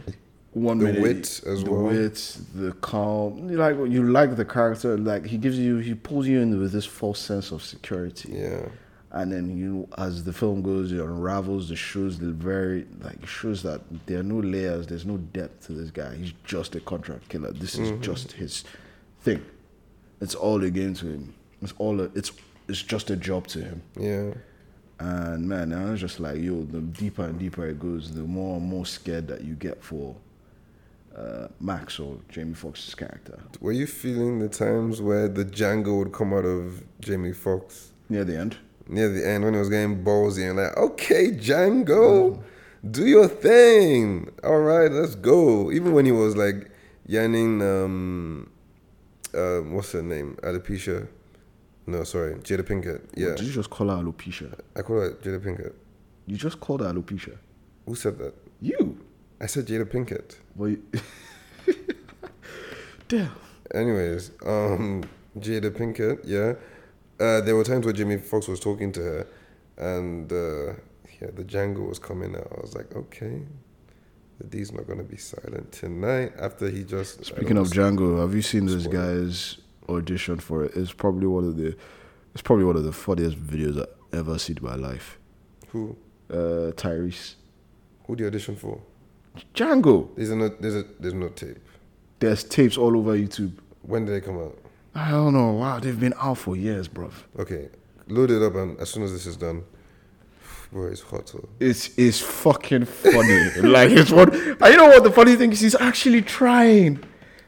[SPEAKER 1] The
[SPEAKER 2] minute,
[SPEAKER 1] wit as
[SPEAKER 2] the
[SPEAKER 1] well.
[SPEAKER 2] wit, the calm. You like you like the character. Like he gives you, he pulls you in with this false sense of security
[SPEAKER 1] Yeah.
[SPEAKER 2] and then you as the film goes it unravels the shows the very like it shows that there are no layers there's no depth to this guy he's just a contract killer this is just his thing it's all a game to him it's all a, it's it's just a job to him
[SPEAKER 1] Yeah.
[SPEAKER 2] and man i was just like yo the deeper and deeper it goes the more and more scared that you get for uh, max or jamie foxx's character
[SPEAKER 1] Were you feeling the times where the Django would come out of Jamie Foxx?
[SPEAKER 2] near the end
[SPEAKER 1] near the end when it was getting ballsy and like, okay, Django, do your thing. All right, let's go. Even when he was like yanning, um, um, what's her name? Alopecia. No, sorry, Jada Pinkett. Yeah,
[SPEAKER 2] did you just call her alopecia
[SPEAKER 1] I call her Jada Pinkett.
[SPEAKER 2] you just called her alopecia
[SPEAKER 1] Who said that?
[SPEAKER 2] you
[SPEAKER 1] I said Jada Pinkett.
[SPEAKER 2] Well,
[SPEAKER 1] (laughs)
[SPEAKER 2] you- damn.
[SPEAKER 1] Anyways, um, Jada Pinkett, yeah. Uh, there were times where Jimmy Fox was talking to her, and uh, yeah, the Django was coming out. I was like, okay, the D's not gonna be silent tonight. After he just I
[SPEAKER 2] Speaking
[SPEAKER 1] don't
[SPEAKER 2] of
[SPEAKER 1] know,
[SPEAKER 2] Django, have you seen this
[SPEAKER 1] Spoiler.
[SPEAKER 2] guy's audition for it? It's probably one of the, it's probably one of the funniest videos I ever seen in my life.
[SPEAKER 1] who
[SPEAKER 2] Uh, Tyrese
[SPEAKER 1] who the audition for?
[SPEAKER 2] Django.
[SPEAKER 1] There's no there's a, there's no tape.
[SPEAKER 2] There's tapes all over YouTube.
[SPEAKER 1] When did they come out?
[SPEAKER 2] I don't know. Wow, they've been out for years, bruv.
[SPEAKER 1] Okay, load it up, and as soon as this is done, (sighs) bro, it's hot. oh.
[SPEAKER 2] It's it's fucking funny.
[SPEAKER 1] (laughs)
[SPEAKER 2] like it's what. And you know what the funny thing is? He's actually trying.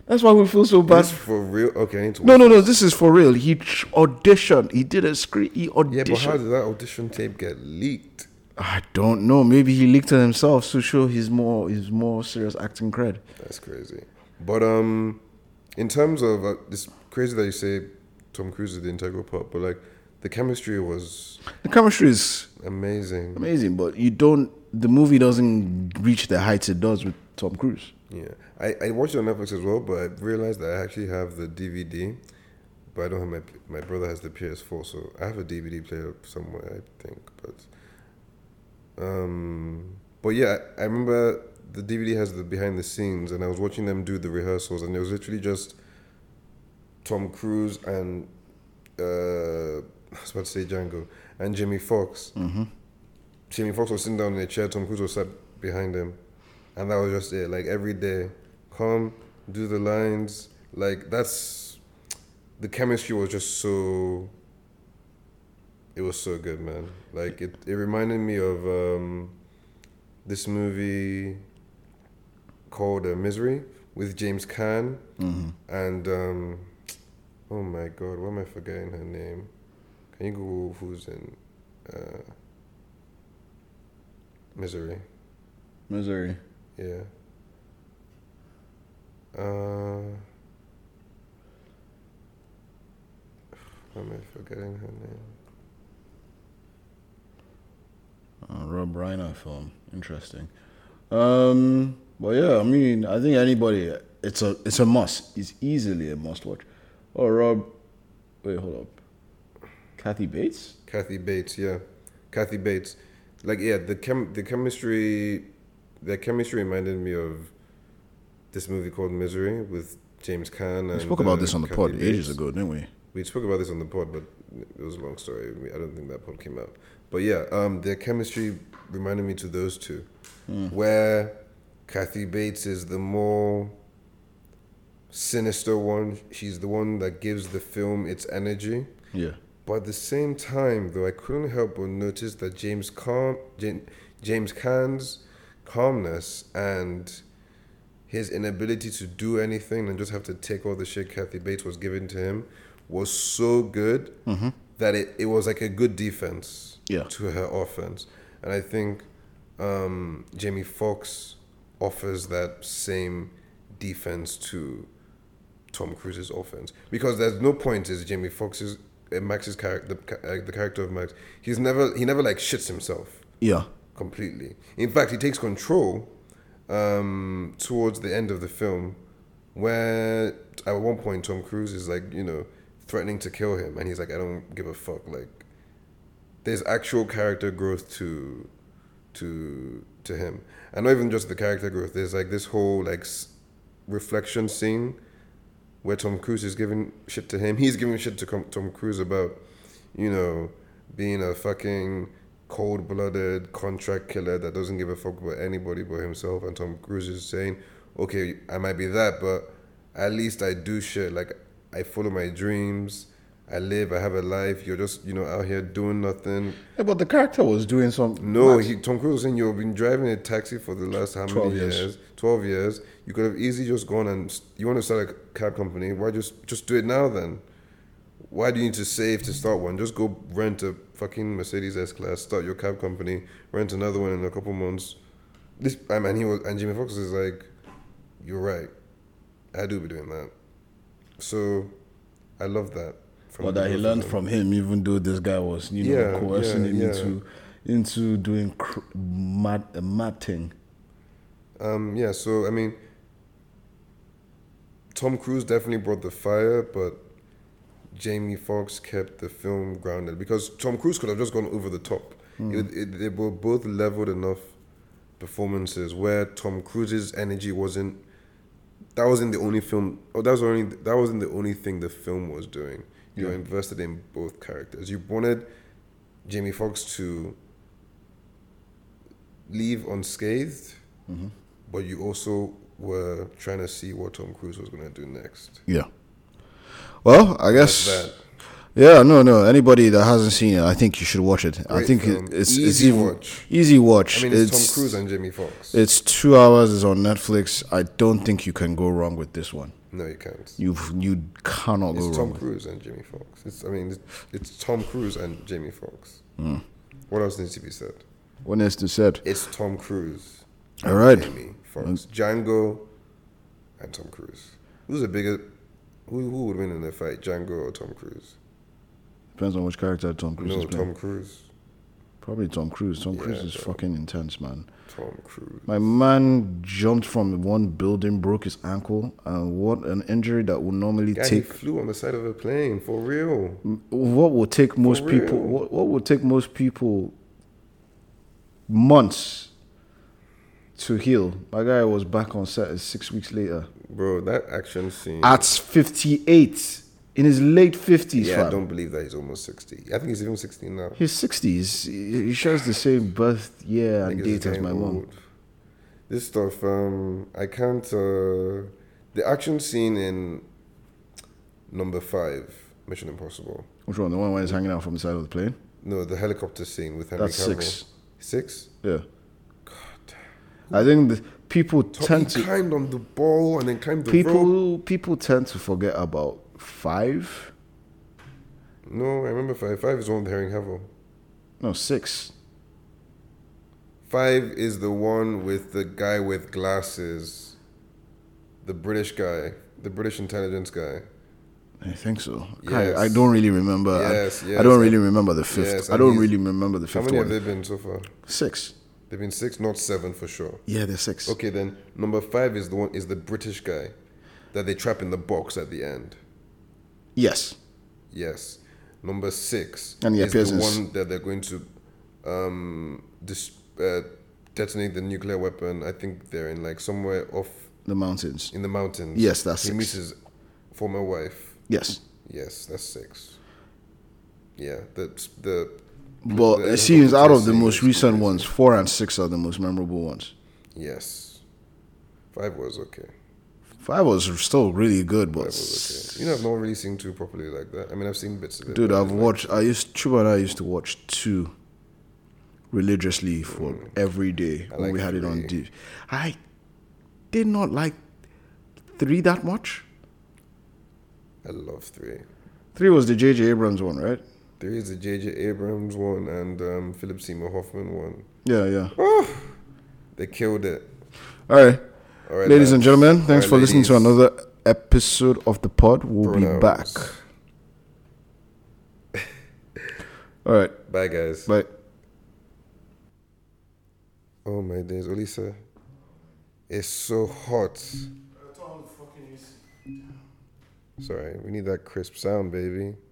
[SPEAKER 2] That's why we feel so bad
[SPEAKER 1] This for real. Okay, I need to
[SPEAKER 2] No, no, no. This is for real. He tr- auditioned. He did a screen. He auditioned.
[SPEAKER 1] Yeah, but how did that audition tape get leaked?
[SPEAKER 2] I don't know. Maybe he leaked it himself to show his more his more serious acting cred.
[SPEAKER 1] That's crazy. But um, in terms of uh, it's crazy that you say Tom Cruise is the integral part, but like the chemistry was
[SPEAKER 2] The chemistry is
[SPEAKER 1] amazing.
[SPEAKER 2] amazing, but you don't. The movie doesn't reach the heights it does with Tom Cruise.
[SPEAKER 1] Yeah, I, I watched it on Netflix as well, but I realized that I actually have the DVD, but I don't have my my brother has the PS4, so I have a DVD player somewhere, I think. But um, but yeah, I remember the DVD has the behind the scenes, and I was watching them do the rehearsals, and it was literally just Tom Cruise and uh, I was about to say Django and Jimmy Fox. Mm-hmm. Jimmy Fox was sitting down in a chair. Tom Cruise was sat behind him, and that was just it. Like every day, come do the lines. Like that's the chemistry was just so. It was so good, man. Like it, it reminded me of um, this movie called uh, Misery with James Caan and um, oh my god, why am I forgetting her name? Can you Google who's in uh, Misery?
[SPEAKER 2] Missouri.
[SPEAKER 1] Yeah. Uh, why am I forgetting her name?
[SPEAKER 2] Uh, Rob Reiner film. Interesting. Um, But yeah, I mean, I think anybody, it's a it's a must. It's easily a must watch. Oh, Rob, wait, hold up. Kathy Bates.
[SPEAKER 1] Kathy Bates, yeah, Kathy Bates. Like yeah, the chem the chemistry, the chemistry reminded me of this movie called Misery with James Caan.
[SPEAKER 2] We
[SPEAKER 1] and,
[SPEAKER 2] spoke about
[SPEAKER 1] uh,
[SPEAKER 2] this on the
[SPEAKER 1] Kathy
[SPEAKER 2] pod ages
[SPEAKER 1] Bates.
[SPEAKER 2] ago, didn't we?
[SPEAKER 1] We spoke about this on the pod, but it was a long story. We- I don't think that pod came out. But yeah, um, their chemistry reminded me to those two, where Kathy Bates is the more sinister one. She's the one that gives the film its energy.
[SPEAKER 2] Yeah.
[SPEAKER 1] But at the same time, though, I couldn't help but notice that James Calm, Jam- James Caan's calmness and his inability to do anything and just have to take all the shit Kathy Bates was giving to him was so good that it, it was like a good defense
[SPEAKER 2] Yeah.
[SPEAKER 1] to her offense. And I think um, Jamie Foxx offers that same defense to Tom Cruise's offense because there's no point is Jamie Foxx's uh, Max's character the, ca- uh, the character of Max he's never he never like shits himself
[SPEAKER 2] Yeah.
[SPEAKER 1] completely in fact he takes control um, towards the end of the film where at one point Tom Cruise is like you know threatening to kill him and he's like I don't give a fuck like there's actual character growth to to to him and not even just the character growth there's like this whole like s- reflection scene where Tom Cruise is giving shit to him. He's giving shit to com- Tom Cruise about, you know, being a fucking cold blooded contract killer that doesn't give a fuck about anybody but himself. And Tom Cruise is saying, okay, I might be that, but at least I do shit. Like, I follow my dreams. I live. I have a life. You're just, you know, out here doing nothing.
[SPEAKER 2] Yeah, but the character was doing something.
[SPEAKER 1] No, he, Tom Cruise was saying you've been driving a taxi for the last how
[SPEAKER 2] 12
[SPEAKER 1] many
[SPEAKER 2] years.
[SPEAKER 1] years? Twelve years. You could have easily just gone and s- you want to start a cab company. Why just just do it now then? Why do you need to save to start one? Just go rent a fucking Mercedes S class, start your cab company, rent another one in a couple months. This I mean, he was and Jimmy Fox is like, you're right. I do be doing that. So, I love that. From
[SPEAKER 2] But that he
[SPEAKER 1] both of
[SPEAKER 2] learned
[SPEAKER 1] them.
[SPEAKER 2] from him, even though this guy was, you know,
[SPEAKER 1] Yeah,
[SPEAKER 2] coercing
[SPEAKER 1] yeah,
[SPEAKER 2] him
[SPEAKER 1] yeah.
[SPEAKER 2] into into doing cr- mad a mad thing.
[SPEAKER 1] Um, yeah, so I mean, Tom Cruise definitely brought the fire, but Jamie Foxx kept the film grounded because Tom Cruise could have just gone over the top. It, it, they were both leveled enough performances where Tom Cruise's energy wasn't. That wasn't the only film. Oh, that was only that wasn't the only thing the film was doing. You were
[SPEAKER 2] Yeah.
[SPEAKER 1] invested in both characters. You wanted Jamie Foxx to leave unscathed, but you also were trying to see what Tom Cruise was going to do next.
[SPEAKER 2] Yeah. Well, I guess.
[SPEAKER 1] That
[SPEAKER 2] Yeah, no, no. Anybody that hasn't seen it, I think you should watch it. I
[SPEAKER 1] Great
[SPEAKER 2] think it,
[SPEAKER 1] film.
[SPEAKER 2] it's
[SPEAKER 1] Easy
[SPEAKER 2] it's even-
[SPEAKER 1] watch.
[SPEAKER 2] Easy watch.
[SPEAKER 1] I mean, it's, Tom Cruise and Jamie Foxx.
[SPEAKER 2] It's two hours. It's on Netflix. I don't think you can go wrong with this one.
[SPEAKER 1] no, you can't.
[SPEAKER 2] You you cannot go
[SPEAKER 1] It's
[SPEAKER 2] wrong.
[SPEAKER 1] Tom Cruise and Jamie Foxx. It's I mean, it's, it's Tom Cruise and Jamie Foxx.
[SPEAKER 2] Hmm.
[SPEAKER 1] What else needs to be said?
[SPEAKER 2] What is to said?
[SPEAKER 1] It's Tom Cruise.
[SPEAKER 2] All right.
[SPEAKER 1] Jamie Foxx, Django, and Tom Cruise. Who's the bigger? Who who would win in a fight, Django or Tom Cruise?
[SPEAKER 2] Depends on which character Tom Cruise
[SPEAKER 1] No,
[SPEAKER 2] is playing.
[SPEAKER 1] Tom Cruise.
[SPEAKER 2] Probably Tom Cruise. Tom Cruise
[SPEAKER 1] Yeah,
[SPEAKER 2] is
[SPEAKER 1] bro.
[SPEAKER 2] fucking intense, man.
[SPEAKER 1] Tom Cruise.
[SPEAKER 2] My man jumped from one building, broke his ankle, and what an injury that would normally
[SPEAKER 1] Yeah, he
[SPEAKER 2] take. Hmm.
[SPEAKER 1] flew on the side of a plane for real.
[SPEAKER 2] What would take most people?
[SPEAKER 1] real.
[SPEAKER 2] What, what would take most people months to heal? My guy was back on set six weeks later.
[SPEAKER 1] Bro, that action scene.
[SPEAKER 2] At 58, in his late 50s,
[SPEAKER 1] yeah, I
[SPEAKER 2] fam.
[SPEAKER 1] don't believe that he's almost 60. I think he's even 60 now.
[SPEAKER 2] His 60s. He he shares the same birth year and
[SPEAKER 1] Niggas is
[SPEAKER 2] date as
[SPEAKER 1] getting
[SPEAKER 2] my mom.
[SPEAKER 1] old. This stuff, um, I can't. Uh, the action scene in number five, Mission Impossible.
[SPEAKER 2] Which one? The one where he's hanging out from the side of the plane?
[SPEAKER 1] No, the helicopter scene with Henry
[SPEAKER 2] That's
[SPEAKER 1] Cavill.
[SPEAKER 2] six.
[SPEAKER 1] Six.
[SPEAKER 2] Yeah. I think the people
[SPEAKER 1] Top, he
[SPEAKER 2] tend to
[SPEAKER 1] climbed on the ball and then climbed the rope.
[SPEAKER 2] people people tend to forget about five,
[SPEAKER 1] No, I remember five. Five is the one with Henry Cavill.
[SPEAKER 2] no six.
[SPEAKER 1] Five is the one with the guy with glasses, the British guy, the British intelligence guy.
[SPEAKER 2] I think so. I,
[SPEAKER 1] Yes.
[SPEAKER 2] I don't really remember. I-
[SPEAKER 1] Yes,
[SPEAKER 2] I
[SPEAKER 1] yes,
[SPEAKER 2] don't
[SPEAKER 1] I-
[SPEAKER 2] really remember the fifth.
[SPEAKER 1] yes,
[SPEAKER 2] I
[SPEAKER 1] and
[SPEAKER 2] don't
[SPEAKER 1] he's-
[SPEAKER 2] really remember the
[SPEAKER 1] How
[SPEAKER 2] fifth
[SPEAKER 1] many have
[SPEAKER 2] one.
[SPEAKER 1] there been so far?
[SPEAKER 2] Six.
[SPEAKER 1] They've been six, not seven for sure.
[SPEAKER 2] Yeah, they're six.
[SPEAKER 1] Okay, then number five is the one is the British guy that they trap in the box at the end.
[SPEAKER 2] Yes.
[SPEAKER 1] Yes. Number six
[SPEAKER 2] And he
[SPEAKER 1] is the
[SPEAKER 2] appears in s-
[SPEAKER 1] one that they're going to um, dis- uh, detonate the nuclear weapon. I think they're in like somewhere off
[SPEAKER 2] The mountains.
[SPEAKER 1] in the mountains.
[SPEAKER 2] Yes, that's
[SPEAKER 1] he
[SPEAKER 2] six.
[SPEAKER 1] meets his former wife.
[SPEAKER 2] Yes.
[SPEAKER 1] Yes, that's six. Yeah, the the.
[SPEAKER 2] But
[SPEAKER 1] the-
[SPEAKER 2] it seems out of the
[SPEAKER 1] Yes.
[SPEAKER 2] most recent ones, four and six are the most memorable ones.
[SPEAKER 1] Yes, five was okay.
[SPEAKER 2] Five was still really good, but
[SPEAKER 1] Five was okay. You know, I've not really seen two properly like that. I mean, I've seen bits of it.
[SPEAKER 2] dude,
[SPEAKER 1] but
[SPEAKER 2] I've watched. I used Chuba and I used to watch two religiously for every day when
[SPEAKER 1] Mm. like
[SPEAKER 2] we had it on
[SPEAKER 1] three.
[SPEAKER 2] D. I did not like three that much.
[SPEAKER 1] I love three.
[SPEAKER 2] Three was the J.J. Abrams one, right?
[SPEAKER 1] There is the J.J. Abrams one and um, Philip Seymour Hoffman one.
[SPEAKER 2] Yeah, yeah.
[SPEAKER 1] They killed it.
[SPEAKER 2] All right.
[SPEAKER 1] All right,
[SPEAKER 2] ladies
[SPEAKER 1] lads.
[SPEAKER 2] and gentlemen, thanks
[SPEAKER 1] All
[SPEAKER 2] for
[SPEAKER 1] right,
[SPEAKER 2] listening to
[SPEAKER 1] ladies.
[SPEAKER 2] another episode of the pod. We'll be
[SPEAKER 1] Pronouns.
[SPEAKER 2] back. All right.
[SPEAKER 1] Bye, guys.
[SPEAKER 2] Bye.
[SPEAKER 1] Oh my days, Olisa. It's so hot. Sorry, we need that crisp sound, baby.